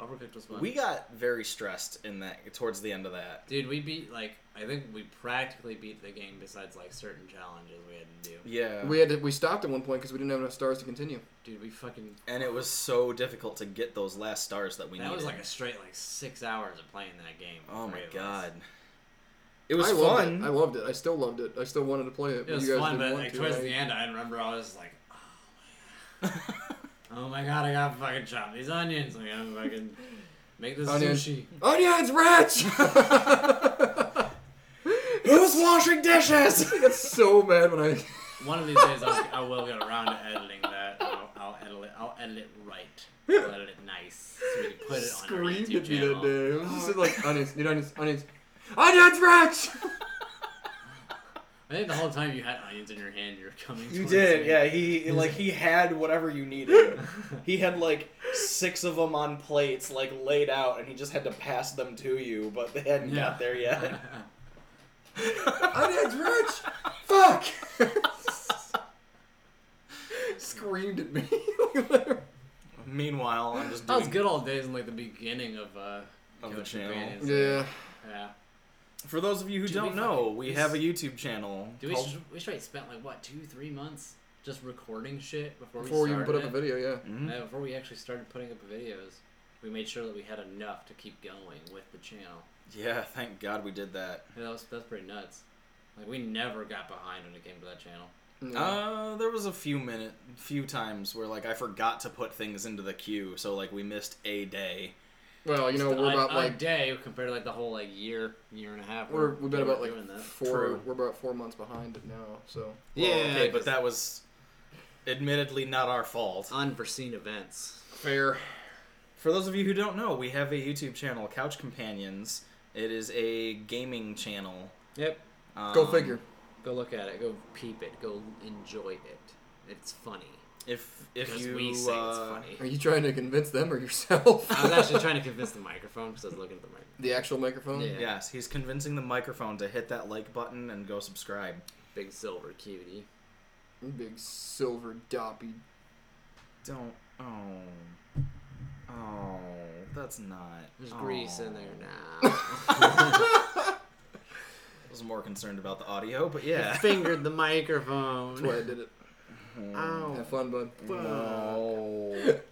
[SPEAKER 2] Overcooked was fun.
[SPEAKER 4] we got very stressed in that towards the end of that.
[SPEAKER 2] Dude, we beat like I think we practically beat the game besides like certain challenges we had to do.
[SPEAKER 4] Yeah.
[SPEAKER 1] We had to, we stopped at one point because we didn't have enough stars to continue.
[SPEAKER 2] Dude, we fucking
[SPEAKER 4] and it was so difficult to get those last stars that we
[SPEAKER 2] that
[SPEAKER 4] needed.
[SPEAKER 2] was like a straight like six hours of playing that game.
[SPEAKER 4] oh
[SPEAKER 2] the
[SPEAKER 4] my
[SPEAKER 2] three of us.
[SPEAKER 4] god. It was
[SPEAKER 1] I loved
[SPEAKER 4] fun.
[SPEAKER 1] It. I loved it. I still loved it. I still wanted to play it.
[SPEAKER 2] It was
[SPEAKER 1] you guys
[SPEAKER 2] fun,
[SPEAKER 1] didn't
[SPEAKER 2] but
[SPEAKER 1] want
[SPEAKER 2] like
[SPEAKER 1] to,
[SPEAKER 2] towards
[SPEAKER 1] and
[SPEAKER 2] the
[SPEAKER 1] I-
[SPEAKER 2] end, I remember I was like, oh my god, I gotta fucking chop these onions. I gotta fucking make this
[SPEAKER 1] Onions.
[SPEAKER 2] sushi.
[SPEAKER 1] Onions, rich.
[SPEAKER 4] Who's washing dishes?
[SPEAKER 1] I got so mad when I.
[SPEAKER 2] One of these days, I'll, I will get around to editing that. I'll, I'll edit it. I'll edit it right. I'll edit it nice so we can put it on our
[SPEAKER 1] screamed
[SPEAKER 2] YouTube
[SPEAKER 1] at me that
[SPEAKER 2] channel.
[SPEAKER 1] day. I was just like onions, need onions, onions, onions, rich.
[SPEAKER 2] I think the whole time you had onions in your hand, you were coming.
[SPEAKER 4] You
[SPEAKER 2] towards
[SPEAKER 4] did,
[SPEAKER 2] me.
[SPEAKER 4] yeah. He like he had whatever you needed. he had like six of them on plates, like laid out, and he just had to pass them to you, but they hadn't got there yet.
[SPEAKER 1] onions, rich. Fuck. screamed at me.
[SPEAKER 4] Meanwhile, I'm just
[SPEAKER 2] that was
[SPEAKER 4] doing-
[SPEAKER 2] good old days in like the beginning of uh
[SPEAKER 4] Of the
[SPEAKER 2] Coach
[SPEAKER 4] channel.
[SPEAKER 2] Companions.
[SPEAKER 1] yeah.
[SPEAKER 2] Yeah.
[SPEAKER 4] For those of you who
[SPEAKER 2] Dude,
[SPEAKER 4] don't
[SPEAKER 2] we
[SPEAKER 4] know,
[SPEAKER 2] fucking-
[SPEAKER 4] we
[SPEAKER 2] this-
[SPEAKER 4] have a YouTube channel.
[SPEAKER 2] Dude, we,
[SPEAKER 4] called-
[SPEAKER 2] sh- we straight spent like what two three months just recording shit before,
[SPEAKER 1] Before
[SPEAKER 2] we
[SPEAKER 1] you
[SPEAKER 2] started
[SPEAKER 1] put up a hmm?
[SPEAKER 2] it?
[SPEAKER 1] video, yeah.
[SPEAKER 4] Mhm.
[SPEAKER 2] Yeah, before we actually started putting up the videos, we made sure that we had enough to keep going with the channel.
[SPEAKER 4] Yeah, thank God we did that.
[SPEAKER 2] Yeah, that was that's pretty nuts. Like we never got behind when it came to that channel.
[SPEAKER 1] Yeah.
[SPEAKER 4] Uh, there was a few minute, few times where like I forgot to put things into the queue, so like we missed a day.
[SPEAKER 1] well, you know
[SPEAKER 2] Just
[SPEAKER 1] we're
[SPEAKER 2] a-
[SPEAKER 1] about
[SPEAKER 2] a
[SPEAKER 1] like
[SPEAKER 2] day compared to like the whole like year year and a half.
[SPEAKER 1] we're we've been
[SPEAKER 2] we were
[SPEAKER 1] about like
[SPEAKER 2] doing that.
[SPEAKER 1] four
[SPEAKER 4] True.
[SPEAKER 1] we're about four months behind it now. So
[SPEAKER 2] Yeah,
[SPEAKER 4] okay, but
[SPEAKER 2] 'cause-
[SPEAKER 4] that was admittedly not our fault.
[SPEAKER 2] unforeseen events.
[SPEAKER 1] fair.
[SPEAKER 4] For those of you who don't know, we have a YouTube channel, Couch Companions. It is a gaming channel.
[SPEAKER 2] Yep.
[SPEAKER 4] Um,
[SPEAKER 1] Go figure.
[SPEAKER 2] Go look at it. Go peep it. Go enjoy it. It's funny.
[SPEAKER 4] If if
[SPEAKER 2] Because
[SPEAKER 4] you
[SPEAKER 2] we say
[SPEAKER 4] uh,
[SPEAKER 2] it's
[SPEAKER 1] Are
[SPEAKER 2] funny.
[SPEAKER 1] you trying to convince them or yourself?
[SPEAKER 2] I was actually trying to convince the microphone because I was looking at the microphone.
[SPEAKER 1] the actual microphone.
[SPEAKER 2] Yeah.
[SPEAKER 4] Yes, he's convincing the microphone to hit that like button and go subscribe.
[SPEAKER 2] Big silver cutie.
[SPEAKER 1] Big silver doppy.
[SPEAKER 4] Don't. Oh. Oh. That's not.
[SPEAKER 2] There's
[SPEAKER 4] oh.
[SPEAKER 2] grease in there now.
[SPEAKER 4] I was more concerned about the audio, but yeah.
[SPEAKER 2] Fingered the
[SPEAKER 1] That's why I
[SPEAKER 2] microphone.
[SPEAKER 1] did it.
[SPEAKER 2] Ow. Oh.
[SPEAKER 1] Have fun, bud.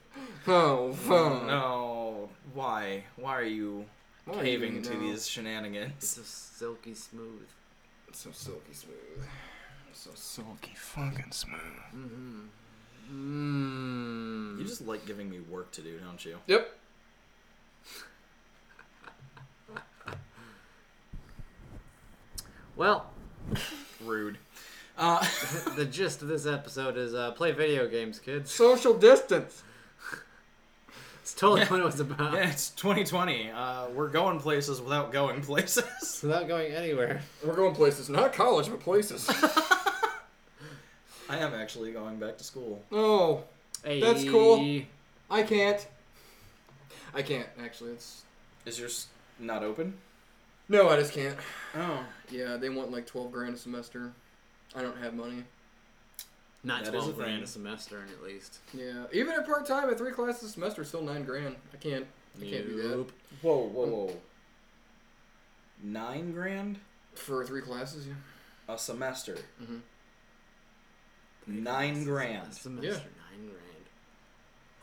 [SPEAKER 4] No.
[SPEAKER 1] Oh, fun.
[SPEAKER 4] no. Why? Why are you
[SPEAKER 1] Why are you
[SPEAKER 4] caving
[SPEAKER 1] doing it
[SPEAKER 4] to
[SPEAKER 1] now?
[SPEAKER 4] these shenanigans?
[SPEAKER 2] It's so silky smooth.
[SPEAKER 1] So silky smooth. So silky fucking smooth.
[SPEAKER 2] Mmm.
[SPEAKER 4] You just like giving me work to do, don't you?
[SPEAKER 1] Yep.
[SPEAKER 2] Well,
[SPEAKER 4] Rude. Uh,
[SPEAKER 2] the gist of this episode is uh, play video games, kids.
[SPEAKER 1] Social distance.
[SPEAKER 2] It's totally what it was about.
[SPEAKER 4] yeah, it's 2020. Uh, we're going places without going places.
[SPEAKER 2] Without going anywhere.
[SPEAKER 1] We're going places, not college, but places.
[SPEAKER 4] I am actually going back to school.
[SPEAKER 1] Oh,
[SPEAKER 2] Hey,
[SPEAKER 1] That's cool. I can't. I can't actually. It's
[SPEAKER 4] Is yours not open?
[SPEAKER 1] no, I just can't.
[SPEAKER 4] Oh.
[SPEAKER 1] Yeah, they want like twelve grand a semester. I don't have money.
[SPEAKER 2] Not
[SPEAKER 4] That is a
[SPEAKER 2] twelve
[SPEAKER 4] thing.
[SPEAKER 2] grand a semester, at least.
[SPEAKER 1] Yeah, even at part time, at three classes a semester, still nine grand. I can't. I can't do that
[SPEAKER 2] Nope.
[SPEAKER 4] Whoa, whoa, whoa. Nine grand
[SPEAKER 1] for three classes. Yeah.
[SPEAKER 4] a semester.
[SPEAKER 1] Mhm.
[SPEAKER 4] Nine
[SPEAKER 2] A
[SPEAKER 4] grand.
[SPEAKER 2] semester,
[SPEAKER 1] Yeah.
[SPEAKER 2] nine grand.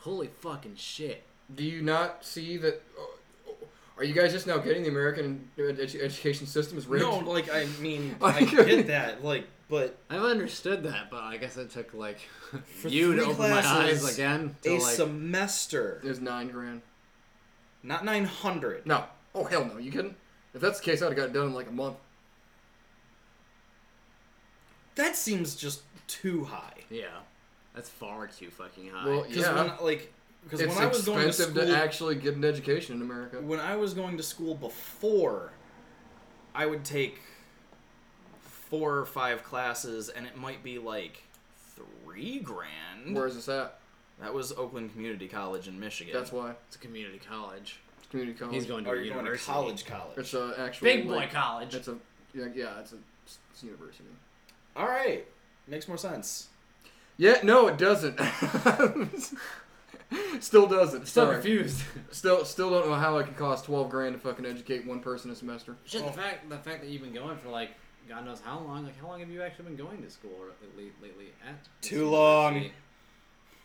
[SPEAKER 2] Holy fucking shit!
[SPEAKER 1] Do you not see that? oh, Are you guys just now getting the American edu- education system is rigged?
[SPEAKER 4] No, like I mean, I
[SPEAKER 1] Like-
[SPEAKER 4] get that. Like, but
[SPEAKER 2] I've understood that, but I guess it took like
[SPEAKER 4] For
[SPEAKER 2] you to
[SPEAKER 4] three
[SPEAKER 2] open my eyes
[SPEAKER 4] classes,
[SPEAKER 2] again. To,
[SPEAKER 4] a
[SPEAKER 2] like,
[SPEAKER 4] semester,
[SPEAKER 1] There's nine grand.
[SPEAKER 4] not nine hundred.
[SPEAKER 1] No. Oh hell no! You kidding? If that's the case, I'd have got it done in like a month.
[SPEAKER 4] That seems just too high.
[SPEAKER 2] yeah, that's far too fucking high.
[SPEAKER 1] Well,
[SPEAKER 4] Because
[SPEAKER 1] yeah.
[SPEAKER 4] when like, because
[SPEAKER 1] It's
[SPEAKER 4] when I was going to
[SPEAKER 1] expensive
[SPEAKER 4] school, Mm-hmm.
[SPEAKER 1] to, actually get an education in America.
[SPEAKER 4] when I was going to school before, I would take four or five classes, and it might be like three grand.
[SPEAKER 1] Where is this at?
[SPEAKER 4] That was Oakland Community College in Michigan.
[SPEAKER 1] That's why
[SPEAKER 2] it's a community college.
[SPEAKER 1] community college.
[SPEAKER 2] He's going to
[SPEAKER 4] Or
[SPEAKER 2] a
[SPEAKER 4] you're oh, going to
[SPEAKER 2] university.
[SPEAKER 4] college, college.
[SPEAKER 1] It's an actual
[SPEAKER 2] Big boy
[SPEAKER 1] like,
[SPEAKER 2] college.
[SPEAKER 1] It's a yeah, yeah it's a it's a university.
[SPEAKER 4] All right, makes more sense.
[SPEAKER 1] Yeah, no, it doesn't. still doesn't.
[SPEAKER 2] Still
[SPEAKER 1] Sorry.
[SPEAKER 2] confused.
[SPEAKER 1] Still, still don't know how it can cost twelve grand to fucking educate one person a semester.
[SPEAKER 2] Shit,
[SPEAKER 4] Oh.
[SPEAKER 2] the fact the fact that you've been going for like God knows how long. Like, how long have you actually been going to school or at least lately? At this
[SPEAKER 4] Too long.
[SPEAKER 2] university?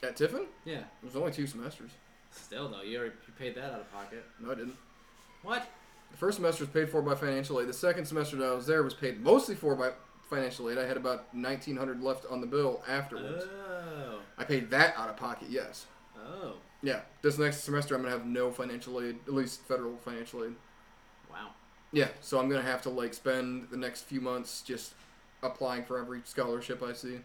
[SPEAKER 1] At Tiffin, it
[SPEAKER 2] Yeah.
[SPEAKER 1] was only two semesters.
[SPEAKER 2] Still though, you already you paid that out of pocket.
[SPEAKER 1] No, I didn't.
[SPEAKER 2] What?
[SPEAKER 1] The first semester was paid for by financial aid. The second semester that I was there was paid mostly for by financial aid. I had about nineteen hundred left on the bill afterwards.
[SPEAKER 2] Oh.
[SPEAKER 1] I paid that out of pocket. Yes.
[SPEAKER 2] Oh.
[SPEAKER 1] Yeah. This next semester, I'm gonna have no financial aid, at least federal financial aid.
[SPEAKER 2] Wow.
[SPEAKER 1] Yeah. So I'm gonna have to like spend the next few months just applying for every scholarship I see.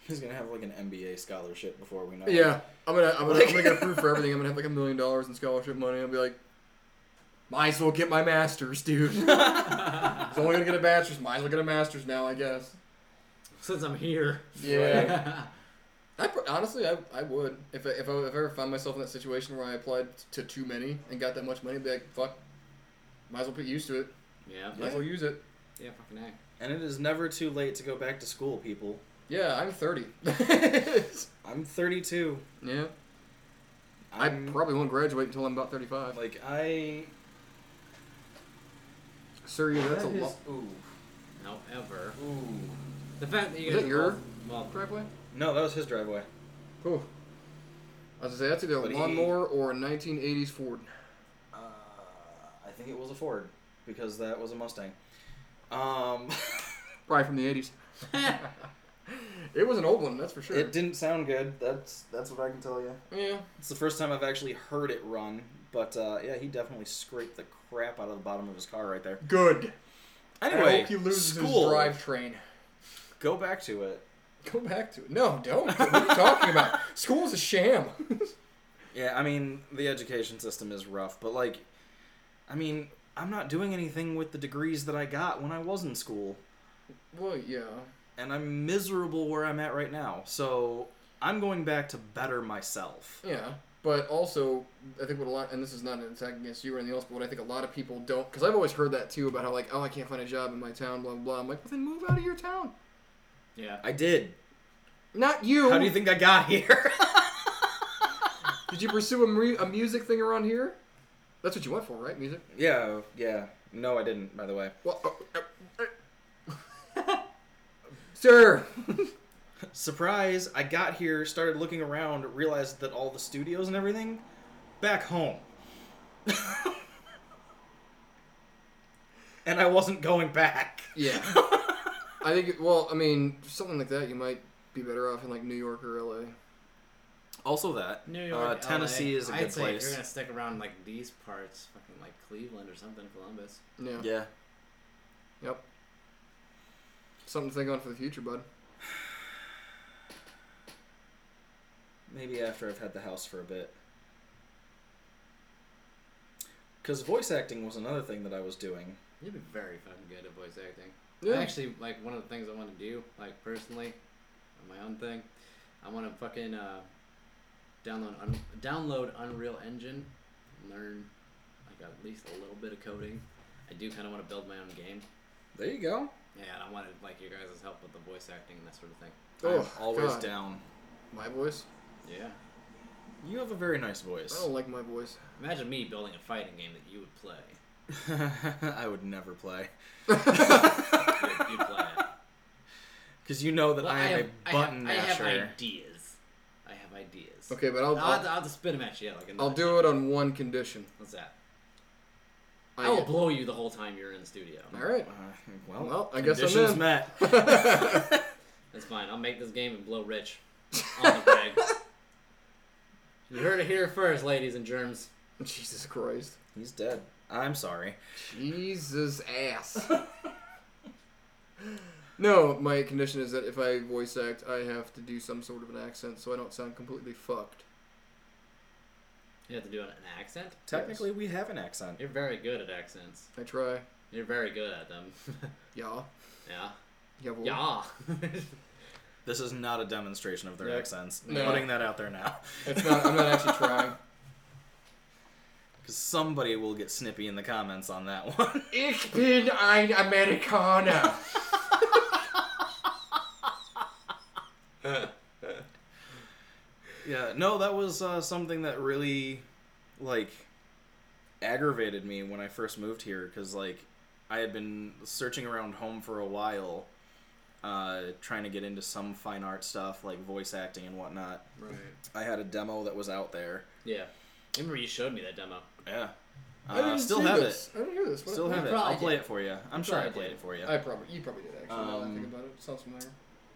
[SPEAKER 4] He's gonna have like an MBA scholarship before we know. it.
[SPEAKER 1] Yeah, I'm gonna I'm gonna, I'm gonna
[SPEAKER 4] Like-
[SPEAKER 1] get approved for everything. I'm gonna have like a million dollars in scholarship money. I'll be like, might as well get my master's, dude. so I'm only gonna get a bachelor's. Might as well get a master's now, I guess.
[SPEAKER 2] Since I'm here.
[SPEAKER 1] Yeah. I pr- honestly, I, I would if I, if I if I ever found myself in that situation where I applied to too many and got that much money, I'd be like, fuck, might as well get used to it.
[SPEAKER 2] yeah.
[SPEAKER 1] Might as well use it.
[SPEAKER 2] Yeah. Fucking heck.
[SPEAKER 4] And it is never too late to go back to school, people.
[SPEAKER 1] Yeah, I'm 30.
[SPEAKER 4] I'm 32.
[SPEAKER 1] yeah, I
[SPEAKER 4] I'm
[SPEAKER 1] probably won't graduate until I'm about 35.
[SPEAKER 4] like I.
[SPEAKER 1] Sir, yeah, that's a
[SPEAKER 4] That is-
[SPEAKER 1] lot.
[SPEAKER 4] Ooh,
[SPEAKER 2] However,
[SPEAKER 4] ooh.
[SPEAKER 2] the fact that you
[SPEAKER 1] Is
[SPEAKER 2] guys
[SPEAKER 1] that
[SPEAKER 2] are
[SPEAKER 1] your-
[SPEAKER 2] both- well,
[SPEAKER 1] Driveway.
[SPEAKER 4] No, that was his driveway.
[SPEAKER 1] Cool. I was gonna say that's either
[SPEAKER 4] But
[SPEAKER 1] a
[SPEAKER 4] he-
[SPEAKER 1] lawnmower or a 1980s Ford.
[SPEAKER 4] Uh, I think it was a Ford because that was a Mustang. Um,
[SPEAKER 1] Probably from the 80s. It was an old one, that's for sure.
[SPEAKER 4] it didn't sound good. That's that's what I can tell you.
[SPEAKER 1] Yeah.
[SPEAKER 4] It's the first time I've actually heard it run, but uh, yeah, he definitely scraped the crap out of the bottom of his car right there.
[SPEAKER 1] Good.
[SPEAKER 4] Anyway,
[SPEAKER 1] I hope he loses
[SPEAKER 4] school.
[SPEAKER 1] his drivetrain.
[SPEAKER 4] Go back to it.
[SPEAKER 1] Go back to it. No, don't. What are you talking about? School's a sham.
[SPEAKER 4] Yeah, I mean, the education system is rough, but like, I mean, I'm not doing anything with the degrees that I got when I was in school,
[SPEAKER 1] well, yeah.
[SPEAKER 4] and I'm miserable where I'm at right now. So I'm going back to better myself.
[SPEAKER 1] Yeah. But also, I think what a lot, and this is not an attack against you or anything else, but what I think a lot of people don't, because I've always heard that too about how, like, oh, I can't find a job in my town, blah, blah, blah. I'm like, well, then move out of your town.
[SPEAKER 2] yeah.
[SPEAKER 4] I did.
[SPEAKER 1] Not you.
[SPEAKER 4] How do you think I got here?
[SPEAKER 1] Did you pursue a, mu- a music thing around here? That's what you went for, right? Music?
[SPEAKER 4] yeah, yeah. No, I didn't. By the way,
[SPEAKER 1] Well, uh, uh, uh. Sir!
[SPEAKER 4] surprise! I got here, started looking around, realized that all the studios and everything back home. And I wasn't going back.
[SPEAKER 1] Yeah. I think, it- well, I mean, something like that, you might be better off in, like, New York or LA.
[SPEAKER 4] Also, that
[SPEAKER 2] New York, LA.
[SPEAKER 4] uh, Tennessee is a
[SPEAKER 2] I'd
[SPEAKER 4] good
[SPEAKER 2] say If you're
[SPEAKER 4] place.
[SPEAKER 2] gonna stick around like these parts, fucking like Cleveland or something, Columbus.
[SPEAKER 1] Yeah.
[SPEAKER 4] Yeah,
[SPEAKER 1] Yep. Something to think on for the future, bud.
[SPEAKER 4] maybe after I've had the house for a bit. Because voice acting was another thing that I was doing.
[SPEAKER 2] You'd be very fucking good at voice acting.
[SPEAKER 1] Yeah.
[SPEAKER 2] Actually, like one of the things I want to do, like personally, on my own thing, I want to fucking uh, download un- download Unreal Engine, learn like at least a little bit of coding. I do kind of want to build my own game.
[SPEAKER 4] There you go.
[SPEAKER 2] Yeah, and I wanted like your guys' help with the voice acting and that sort of thing.
[SPEAKER 4] Oh,
[SPEAKER 1] Oh,
[SPEAKER 4] always
[SPEAKER 1] God.
[SPEAKER 4] down.
[SPEAKER 1] My voice?
[SPEAKER 2] Yeah.
[SPEAKER 4] You have a very nice voice.
[SPEAKER 1] I don't like my voice.
[SPEAKER 2] Imagine me building a fighting game that you would play.
[SPEAKER 4] I would never play
[SPEAKER 2] You'd, you'd play it.
[SPEAKER 4] because you know that
[SPEAKER 2] Well,
[SPEAKER 4] I am a button
[SPEAKER 2] I have,
[SPEAKER 4] masher.
[SPEAKER 2] I have ideas. I have ideas.
[SPEAKER 1] Okay, but I'll
[SPEAKER 2] I'll, I'll,
[SPEAKER 1] I'll,
[SPEAKER 2] I'll just spit them at you. Like
[SPEAKER 1] I'll do it on one condition.
[SPEAKER 2] What's that?
[SPEAKER 1] I,
[SPEAKER 2] I will blow you the whole time you're in the studio.
[SPEAKER 1] Oh, All right.
[SPEAKER 4] Uh, well,
[SPEAKER 1] Well, I guess I'm
[SPEAKER 4] conditions
[SPEAKER 1] in.
[SPEAKER 4] met.
[SPEAKER 2] That's fine. I'll make this game and blow Rich on the bag. you heard it here first, ladies and germs.
[SPEAKER 1] Jesus Christ.
[SPEAKER 4] He's dead. I'm sorry.
[SPEAKER 1] Jesus ass. no, my condition is that if I voice act, I have to do some sort of an accent so I don't sound completely fucked.
[SPEAKER 2] You have to do an accent.
[SPEAKER 4] Technically, we have an accent.
[SPEAKER 2] You're very good at accents.
[SPEAKER 1] I try.
[SPEAKER 2] You're very good at them.
[SPEAKER 1] Yeah.
[SPEAKER 2] yeah.
[SPEAKER 1] Yeah. well,
[SPEAKER 2] Yeah.
[SPEAKER 4] This is not a demonstration of their
[SPEAKER 1] Yeah.
[SPEAKER 4] accents.
[SPEAKER 1] No.
[SPEAKER 4] Putting that out there now,
[SPEAKER 1] It's not, I'm not actually trying.
[SPEAKER 4] because somebody will get snippy in the comments on that one.
[SPEAKER 1] Ich bin ein
[SPEAKER 4] Uh,
[SPEAKER 1] Amerikaner.
[SPEAKER 4] Yeah, no, that was uh, something that really, like, aggravated me when I first moved here because, like, I had been searching around home for a while, uh, trying to get into some fine art stuff like voice acting and whatnot.
[SPEAKER 2] right.
[SPEAKER 4] I had a demo that was out there.
[SPEAKER 2] Yeah. Remember you showed me that demo.
[SPEAKER 4] Yeah,
[SPEAKER 1] I
[SPEAKER 4] uh,
[SPEAKER 1] didn't
[SPEAKER 4] still
[SPEAKER 1] see
[SPEAKER 4] have
[SPEAKER 1] this.
[SPEAKER 4] it.
[SPEAKER 1] I didn't hear this. What-
[SPEAKER 4] Still
[SPEAKER 1] what-
[SPEAKER 4] have it.
[SPEAKER 2] probably
[SPEAKER 4] I'll play
[SPEAKER 2] did.
[SPEAKER 4] it for you. I'm sure I
[SPEAKER 2] probably
[SPEAKER 4] played
[SPEAKER 2] did.
[SPEAKER 4] it for you.
[SPEAKER 1] I probably you probably did actually. now that I
[SPEAKER 4] Um,
[SPEAKER 1] think about it, it sounds familiar.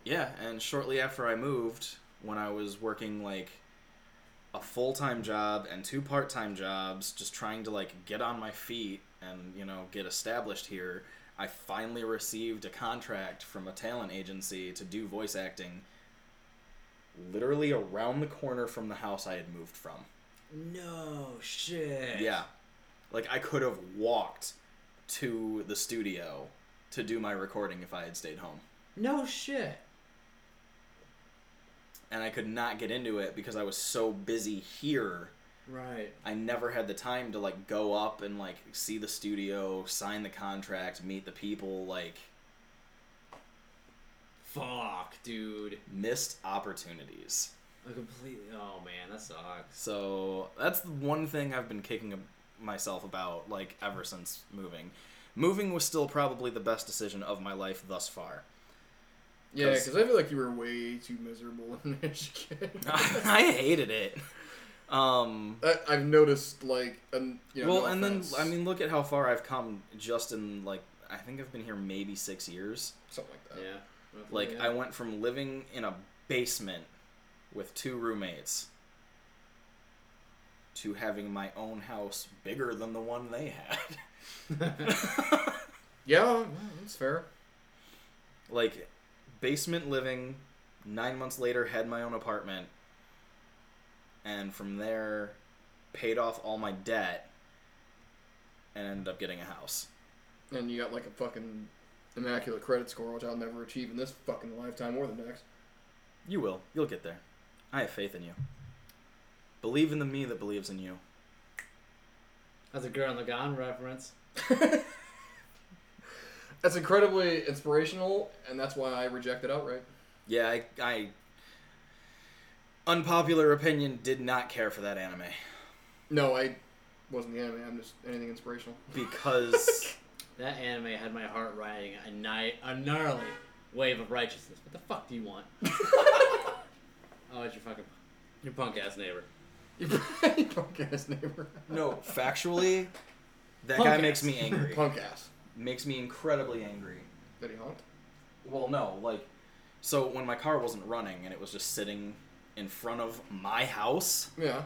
[SPEAKER 4] Yeah, and shortly after I moved, when I was working like a full time job and two part time jobs, just trying to like get on my feet and, you know, get established here, I finally received a contract from a talent agency to do voice acting literally around the corner from the house I had moved from.
[SPEAKER 2] No shit.
[SPEAKER 4] Yeah. Like I could have walked to the studio to do my recording if I had stayed home.
[SPEAKER 2] No shit.
[SPEAKER 4] and I could not get into it because I was so busy here.
[SPEAKER 2] Right.
[SPEAKER 4] I never had the time to like go up and like see the studio, sign the contract, meet the people, like
[SPEAKER 2] Fuck, dude.
[SPEAKER 4] missed opportunities.
[SPEAKER 2] I completely. Oh man, that sucks.
[SPEAKER 4] So that's the one thing I've been kicking a- myself about like ever since moving. Moving was still probably the best decision of my life thus far.
[SPEAKER 1] Yeah,
[SPEAKER 4] 'cause-
[SPEAKER 1] because I feel like you were way too miserable in Michigan.
[SPEAKER 4] I hated it. Um
[SPEAKER 1] I, I've noticed like um, you know,
[SPEAKER 4] well,
[SPEAKER 1] no
[SPEAKER 4] and then
[SPEAKER 1] offense,
[SPEAKER 4] I mean, look at how far I've come just in like I think I've been here maybe six years.
[SPEAKER 1] something like that.
[SPEAKER 2] Yeah.
[SPEAKER 4] Uh, Like
[SPEAKER 2] Yeah.
[SPEAKER 4] I went from living in a basement with two roommates to having my own house bigger than the one they had.
[SPEAKER 1] Yeah, no, that's fair.
[SPEAKER 4] like basement living, 9 months later had my own apartment and from there paid off all my debt and ended up getting a house.
[SPEAKER 1] And you got like a fucking immaculate credit score, which I'll never achieve in this fucking lifetime or the next.
[SPEAKER 4] You will. You'll get there. I have faith in you. Believe in the me that believes in you.
[SPEAKER 2] That's a girl in the gone reference.
[SPEAKER 1] That's incredibly inspirational, and that's why I reject it outright.
[SPEAKER 4] Yeah, I, I unpopular opinion did not care for that anime
[SPEAKER 1] No, I wasn't the anime. I'm just anything inspirational.
[SPEAKER 4] because
[SPEAKER 2] That anime had my heart riding a night a gnarly wave of righteousness. What the fuck do you want? oh, it's your fucking your punk ass neighbor.
[SPEAKER 1] You punk ass neighbor.
[SPEAKER 4] no, factually, that
[SPEAKER 2] Punk
[SPEAKER 4] guy
[SPEAKER 2] ass.
[SPEAKER 4] makes me angry.
[SPEAKER 1] Punk ass.
[SPEAKER 4] makes me incredibly angry.
[SPEAKER 1] Did he honk?
[SPEAKER 4] Well, no, like so when my car wasn't running and it was just sitting in front of my house,
[SPEAKER 1] Yeah.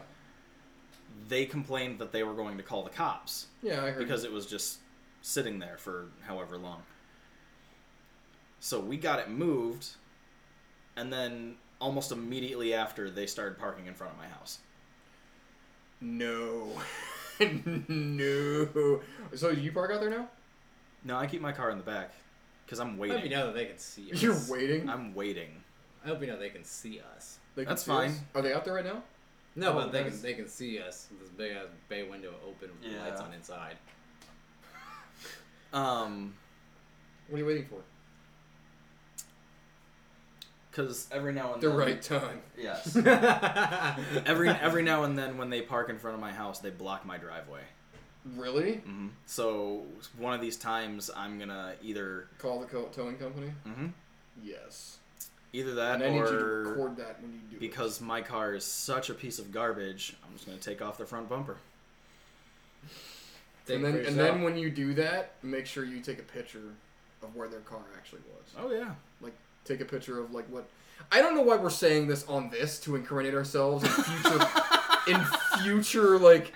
[SPEAKER 4] they complained that they were going to call the cops.
[SPEAKER 1] Yeah, I heard.
[SPEAKER 4] because it was just sitting there for however long. So we got it moved, and then almost immediately after, they started parking in front of my house.
[SPEAKER 1] no. no. So you park out there now?
[SPEAKER 4] No, I keep my car in the back. because I'm
[SPEAKER 2] I hope you
[SPEAKER 4] waiting.
[SPEAKER 2] know that they can see us.
[SPEAKER 1] You're waiting.
[SPEAKER 4] I'm waiting.
[SPEAKER 2] I hope you know they can see us.
[SPEAKER 1] They can
[SPEAKER 4] Uh, That's
[SPEAKER 1] see us?
[SPEAKER 4] fine.
[SPEAKER 1] Are they out there right now?
[SPEAKER 2] No,
[SPEAKER 1] Oh,
[SPEAKER 2] but they can
[SPEAKER 1] nice.
[SPEAKER 2] they can see us with this big ass bay window open with the
[SPEAKER 4] Yeah.
[SPEAKER 2] lights on inside.
[SPEAKER 4] Um,
[SPEAKER 1] What are you waiting for?
[SPEAKER 4] because every now and
[SPEAKER 1] The
[SPEAKER 4] then,
[SPEAKER 1] right time.
[SPEAKER 4] Yes.
[SPEAKER 2] every
[SPEAKER 4] every every now and then when they park in front of my house, they block my driveway.
[SPEAKER 1] Really?
[SPEAKER 4] hmm So one of these times, I'm gonna either
[SPEAKER 1] Call the co- towing company?
[SPEAKER 4] mhm,
[SPEAKER 1] Yes.
[SPEAKER 4] either that
[SPEAKER 1] Mm-hmm. and I need you to
[SPEAKER 4] or
[SPEAKER 1] record that when you do it.
[SPEAKER 4] because my car is such a piece of garbage, I'm just gonna take off the front bumper.
[SPEAKER 1] and
[SPEAKER 2] Take
[SPEAKER 1] then
[SPEAKER 2] it for
[SPEAKER 1] and
[SPEAKER 2] yourself.
[SPEAKER 1] then when you do that, make sure you take a picture of where their car actually was.
[SPEAKER 4] Oh yeah.
[SPEAKER 1] Like take a picture of like what I don't know why we're saying this on this to incriminate ourselves in future in future like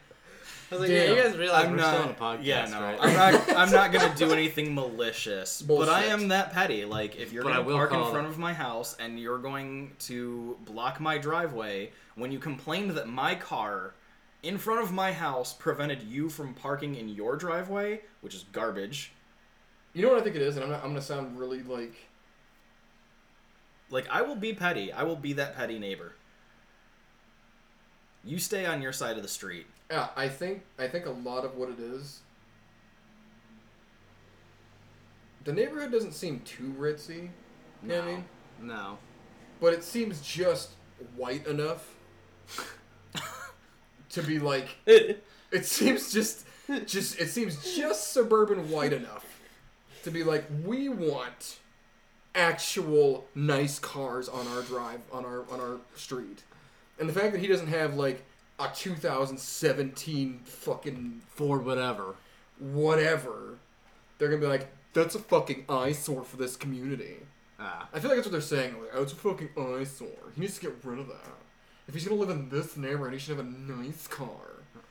[SPEAKER 2] I was like,
[SPEAKER 1] Damn.
[SPEAKER 2] yeah, you guys realize
[SPEAKER 4] I'm
[SPEAKER 2] we're
[SPEAKER 4] not.
[SPEAKER 2] still on a podcast,
[SPEAKER 4] yeah, no.
[SPEAKER 2] right?
[SPEAKER 4] I'm not. I'm not gonna do anything malicious. But I
[SPEAKER 1] Bullshit.
[SPEAKER 4] am that petty. Like if you're
[SPEAKER 2] But I
[SPEAKER 4] gonna
[SPEAKER 2] will
[SPEAKER 4] park in
[SPEAKER 2] call-
[SPEAKER 4] front of my house and you're going to block my driveway when you complained that my car in front of my house prevented you from parking in your driveway, which is garbage.
[SPEAKER 1] you know what I think it is, and I'm not, I'm gonna sound really like
[SPEAKER 4] Like I will be petty. I will be that petty neighbor. You stay on your side of the street.
[SPEAKER 1] yeah, I think I think a lot of what it is the neighborhood doesn't seem too ritzy. You know what I mean?
[SPEAKER 2] No.
[SPEAKER 1] But it seems just white enough to be like It seems just just it seems just suburban white enough to be like we want actual nice cars on our drive on our on our street. And the fact that he doesn't have like a 2017 fucking
[SPEAKER 2] For whatever.
[SPEAKER 1] whatever, they're going to be like that's a fucking eyesore for this community.
[SPEAKER 2] Ah.
[SPEAKER 1] I feel like that's what they're saying. Like, oh, it's a fucking eyesore. He needs to get rid of that. If he's gonna live in this neighborhood, he should have a nice car.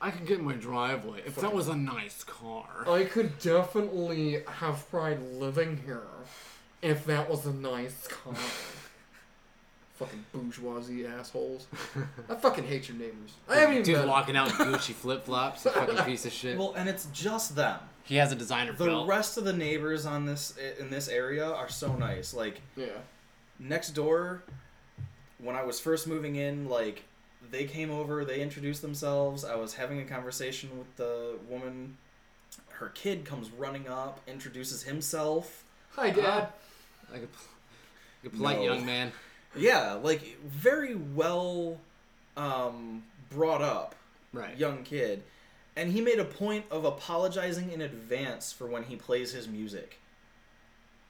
[SPEAKER 2] I could get in my driveway if that was a nice car.
[SPEAKER 1] I could definitely have pride living here if that was a nice car. fucking bourgeoisie assholes. I fucking hate your neighbors. I haven't even
[SPEAKER 2] Dude
[SPEAKER 1] met 'em.
[SPEAKER 2] walking out in Gucci flip flops, fucking piece of shit.
[SPEAKER 4] Well, and it's just them.
[SPEAKER 2] he has a designer
[SPEAKER 4] The
[SPEAKER 2] belt.
[SPEAKER 4] rest of the neighbors on this in this area are so nice. Like
[SPEAKER 1] Yeah.
[SPEAKER 4] next door when i was first moving in like they came over they introduced themselves i was having a conversation with the woman her kid comes running up introduces himself
[SPEAKER 1] Hi, Dad.
[SPEAKER 2] like a, pol- like a polite
[SPEAKER 4] No.
[SPEAKER 2] young man.
[SPEAKER 4] yeah like very well um, brought up
[SPEAKER 2] Right.
[SPEAKER 4] young kid and he made a point of apologizing in advance for when he plays his music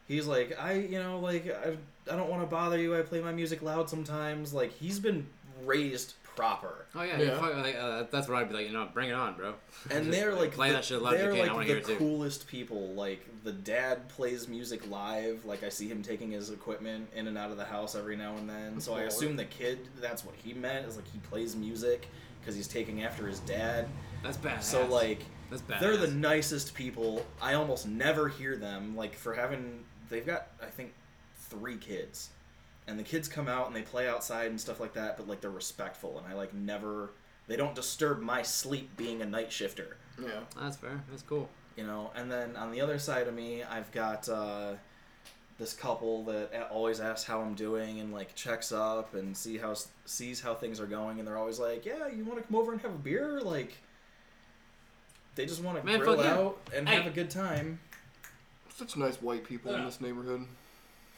[SPEAKER 4] he's like i you know like i, I don't want to bother you i play my music loud sometimes like he's been raised proper
[SPEAKER 2] Oh yeah,
[SPEAKER 1] Yeah.
[SPEAKER 2] yeah. Fuck, like, uh, that's where I'd be like, you know, bring it on, bro.
[SPEAKER 4] and they're like
[SPEAKER 2] play
[SPEAKER 4] the,
[SPEAKER 2] that shit as loud as you
[SPEAKER 4] they're
[SPEAKER 2] can. I
[SPEAKER 4] like
[SPEAKER 2] want to
[SPEAKER 4] the
[SPEAKER 2] hear it too.
[SPEAKER 4] coolest people like the dad plays music live like i see him taking his equipment in and out of the house every now and then so i
[SPEAKER 1] Baller.
[SPEAKER 4] assume the kid that's what he meant is like he plays music because he's taking after his dad
[SPEAKER 2] That's badass.
[SPEAKER 4] so like
[SPEAKER 2] that's badass.
[SPEAKER 4] They're the nicest people. I almost never hear them. Like for having, they've got I think three kids, and the kids come out and they play outside and stuff like that. But like they're respectful, and I like never. They don't disturb my sleep being a night shifter,
[SPEAKER 1] Yeah.
[SPEAKER 2] That's fair. That's cool.
[SPEAKER 4] you know. And then on the other side of me, I've got uh, this couple that a- always asks how I'm doing and like checks up and see how s- sees how things are going, and they're always like, "Yeah, you want to come over and have a beer?" Like. They just want to
[SPEAKER 2] Man,
[SPEAKER 4] grill
[SPEAKER 2] fuck yeah.
[SPEAKER 4] out and have
[SPEAKER 2] Hey.
[SPEAKER 4] a good time.
[SPEAKER 1] Such nice white people in
[SPEAKER 2] Yeah.
[SPEAKER 1] this neighborhood.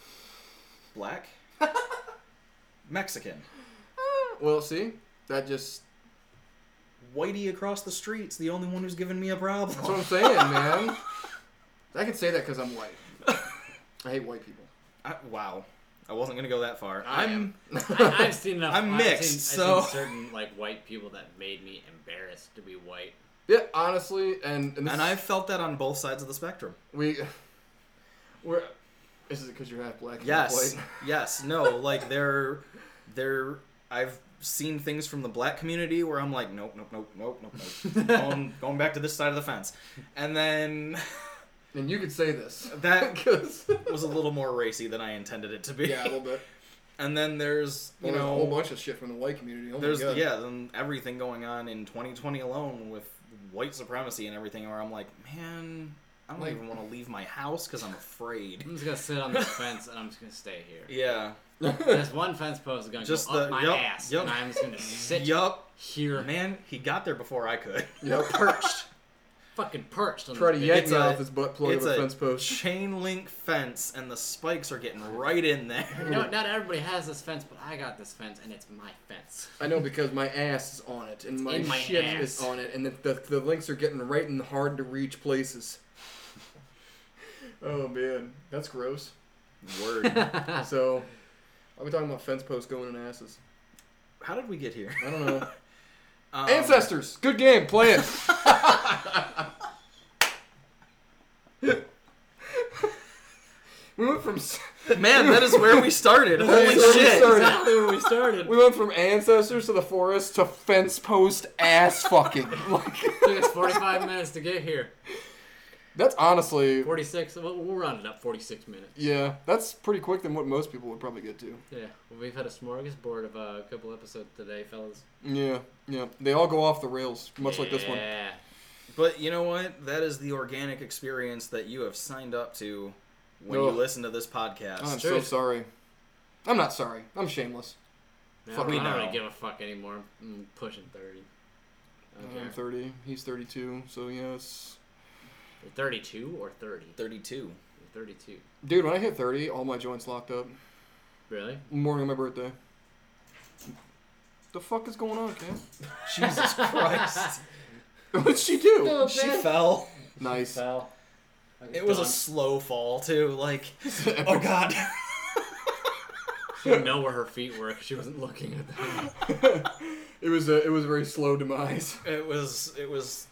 [SPEAKER 4] Black? Mexican.
[SPEAKER 1] Well, see? That just.
[SPEAKER 4] Whitey across the street's the only one who's giving me a
[SPEAKER 1] That's what
[SPEAKER 4] problem.
[SPEAKER 1] I'm saying, man. I can say that because I'm white. I hate white people.
[SPEAKER 4] I, wow. I wasn't going to go that far.
[SPEAKER 1] I
[SPEAKER 4] I'm.
[SPEAKER 2] I, I've seen enough.
[SPEAKER 4] I'm
[SPEAKER 2] I've
[SPEAKER 4] mixed,
[SPEAKER 2] seen- I've
[SPEAKER 4] so-
[SPEAKER 2] seen certain like white people that made me embarrassed to be white.
[SPEAKER 1] Yeah, honestly, and. And, this
[SPEAKER 4] And I've felt that on both sides of the spectrum.
[SPEAKER 1] We. We're. Is it because you're half black? and half
[SPEAKER 4] Yes.
[SPEAKER 1] white?
[SPEAKER 4] Yes. No, like they're. They're. I've seen things from the black community where I'm like, nope, nope, nope, nope, nope, nope. going, going back to this side of the fence. And then
[SPEAKER 1] And you could say this.
[SPEAKER 4] that
[SPEAKER 1] 'Cause-
[SPEAKER 4] was a little more racy than I intended it to be.
[SPEAKER 1] yeah, a little bit.
[SPEAKER 4] And then there's, you
[SPEAKER 1] Well, there's
[SPEAKER 4] know.
[SPEAKER 1] a whole bunch of shit from the white community. Oh
[SPEAKER 4] There's
[SPEAKER 1] my God.
[SPEAKER 4] yeah, then everything going on in 2020 alone with white supremacy and everything. Where I'm like, man, I don't
[SPEAKER 1] Like-
[SPEAKER 4] even want to leave my house because I'm afraid.
[SPEAKER 2] I'm just gonna sit on this fence and I'm just gonna stay here.
[SPEAKER 4] Yeah.
[SPEAKER 2] This one fence post is gonna
[SPEAKER 4] Just
[SPEAKER 2] go up
[SPEAKER 4] the-
[SPEAKER 2] my
[SPEAKER 4] yup,
[SPEAKER 2] ass,
[SPEAKER 4] yup.
[SPEAKER 2] and I'm just gonna sit
[SPEAKER 4] Yup.
[SPEAKER 2] here,
[SPEAKER 4] Man, he got there before I could.
[SPEAKER 1] Yep.
[SPEAKER 4] Perched.
[SPEAKER 2] fucking perched on
[SPEAKER 1] Try to
[SPEAKER 2] this
[SPEAKER 1] yank
[SPEAKER 4] It's
[SPEAKER 1] me
[SPEAKER 4] a-
[SPEAKER 1] off this butt plug of
[SPEAKER 4] it's
[SPEAKER 1] a
[SPEAKER 4] a
[SPEAKER 1] fence post.
[SPEAKER 4] chain link fence, and the spikes are getting right in
[SPEAKER 2] bitch.
[SPEAKER 4] there.
[SPEAKER 2] You know, what? not everybody has this fence, but I got this fence, and it's my fence.
[SPEAKER 1] I know because my ass is on it, and my,
[SPEAKER 2] in my
[SPEAKER 1] shit
[SPEAKER 2] ass.
[SPEAKER 1] is on it, and the, the, the links are getting right in hard to reach places. oh man, that's gross.
[SPEAKER 4] Word.
[SPEAKER 1] So, I'll be talking about fence posts going in asses.
[SPEAKER 4] How did we get here?
[SPEAKER 1] I don't know.
[SPEAKER 4] Um,
[SPEAKER 1] Ancestors, good game. Play it. we went from s-
[SPEAKER 4] Um, Man, that is where we started. Holy
[SPEAKER 1] That's where we
[SPEAKER 4] shit.
[SPEAKER 1] started.
[SPEAKER 2] exactly where we started.
[SPEAKER 1] we went from ancestors to the forest to fence post ass fucking. Like
[SPEAKER 2] took us 45 minutes to get here.
[SPEAKER 1] that's honestly
[SPEAKER 2] 46. We'll, we'll round it up. 46 minutes.
[SPEAKER 1] yeah, that's pretty quick than what most people would probably get to.
[SPEAKER 2] Yeah. Well, we've had a smorgasbord of uh, a couple episodes today, fellas.
[SPEAKER 1] Yeah, yeah. They all go off the rails, much like this one.
[SPEAKER 2] Yeah.
[SPEAKER 4] But you know what? That is the organic experience that you have signed up to when
[SPEAKER 1] No.
[SPEAKER 4] you listen to this
[SPEAKER 1] I'm
[SPEAKER 4] podcast.
[SPEAKER 1] so
[SPEAKER 2] Dude.
[SPEAKER 1] sorry. I'm not sorry. I'm shameless.
[SPEAKER 2] Man,
[SPEAKER 4] Fuck
[SPEAKER 2] I
[SPEAKER 4] me
[SPEAKER 2] don't, I don't
[SPEAKER 4] now.
[SPEAKER 2] really give a fuck anymore. I'm pushing 30. I don't
[SPEAKER 1] I'm
[SPEAKER 2] care.
[SPEAKER 1] 30. He's 32. So yeah, it's
[SPEAKER 2] You're 32 or 30?
[SPEAKER 4] 32.
[SPEAKER 2] You're 32.
[SPEAKER 1] dude. When I hit 30, all my joints locked up.
[SPEAKER 2] Really?
[SPEAKER 1] Morning of my birthday. The fuck is going on, Cam?
[SPEAKER 4] Jesus Christ.
[SPEAKER 1] What'd she do?
[SPEAKER 4] she fell.
[SPEAKER 1] Nice.
[SPEAKER 2] Fell.
[SPEAKER 4] It was a slow fall, too. Like, oh god.
[SPEAKER 2] She didn't know where her feet were because she wasn't looking at them.
[SPEAKER 1] it was a it was a very slow demise.
[SPEAKER 4] It was it was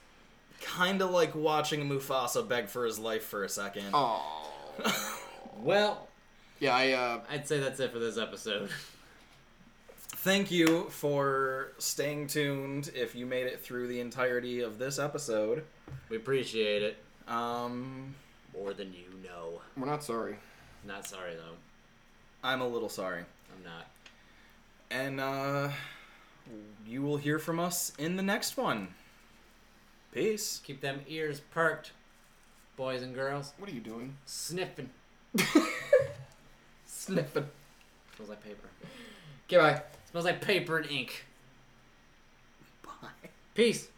[SPEAKER 4] kind of like watching Mufasa beg for his life for a second.
[SPEAKER 1] Oh.
[SPEAKER 2] Well,
[SPEAKER 1] Yeah, I uh
[SPEAKER 2] I'd say that's it for this episode.
[SPEAKER 4] Thank you for staying tuned if you made it through the entirety of this episode.
[SPEAKER 2] We appreciate it
[SPEAKER 4] Um
[SPEAKER 2] more than you know.
[SPEAKER 1] we're not sorry.
[SPEAKER 2] Not sorry, though.
[SPEAKER 4] I'm a little sorry.
[SPEAKER 2] I'm not.
[SPEAKER 4] And uh you will hear from us in the next one. Peace.
[SPEAKER 2] Keep them ears perked, boys and girls.
[SPEAKER 1] What are you doing?
[SPEAKER 2] Sniffing.
[SPEAKER 1] Sniffing.
[SPEAKER 2] Smells like paper.
[SPEAKER 1] Goodbye.
[SPEAKER 2] Smells like paper and ink.
[SPEAKER 4] Bye.
[SPEAKER 2] Peace.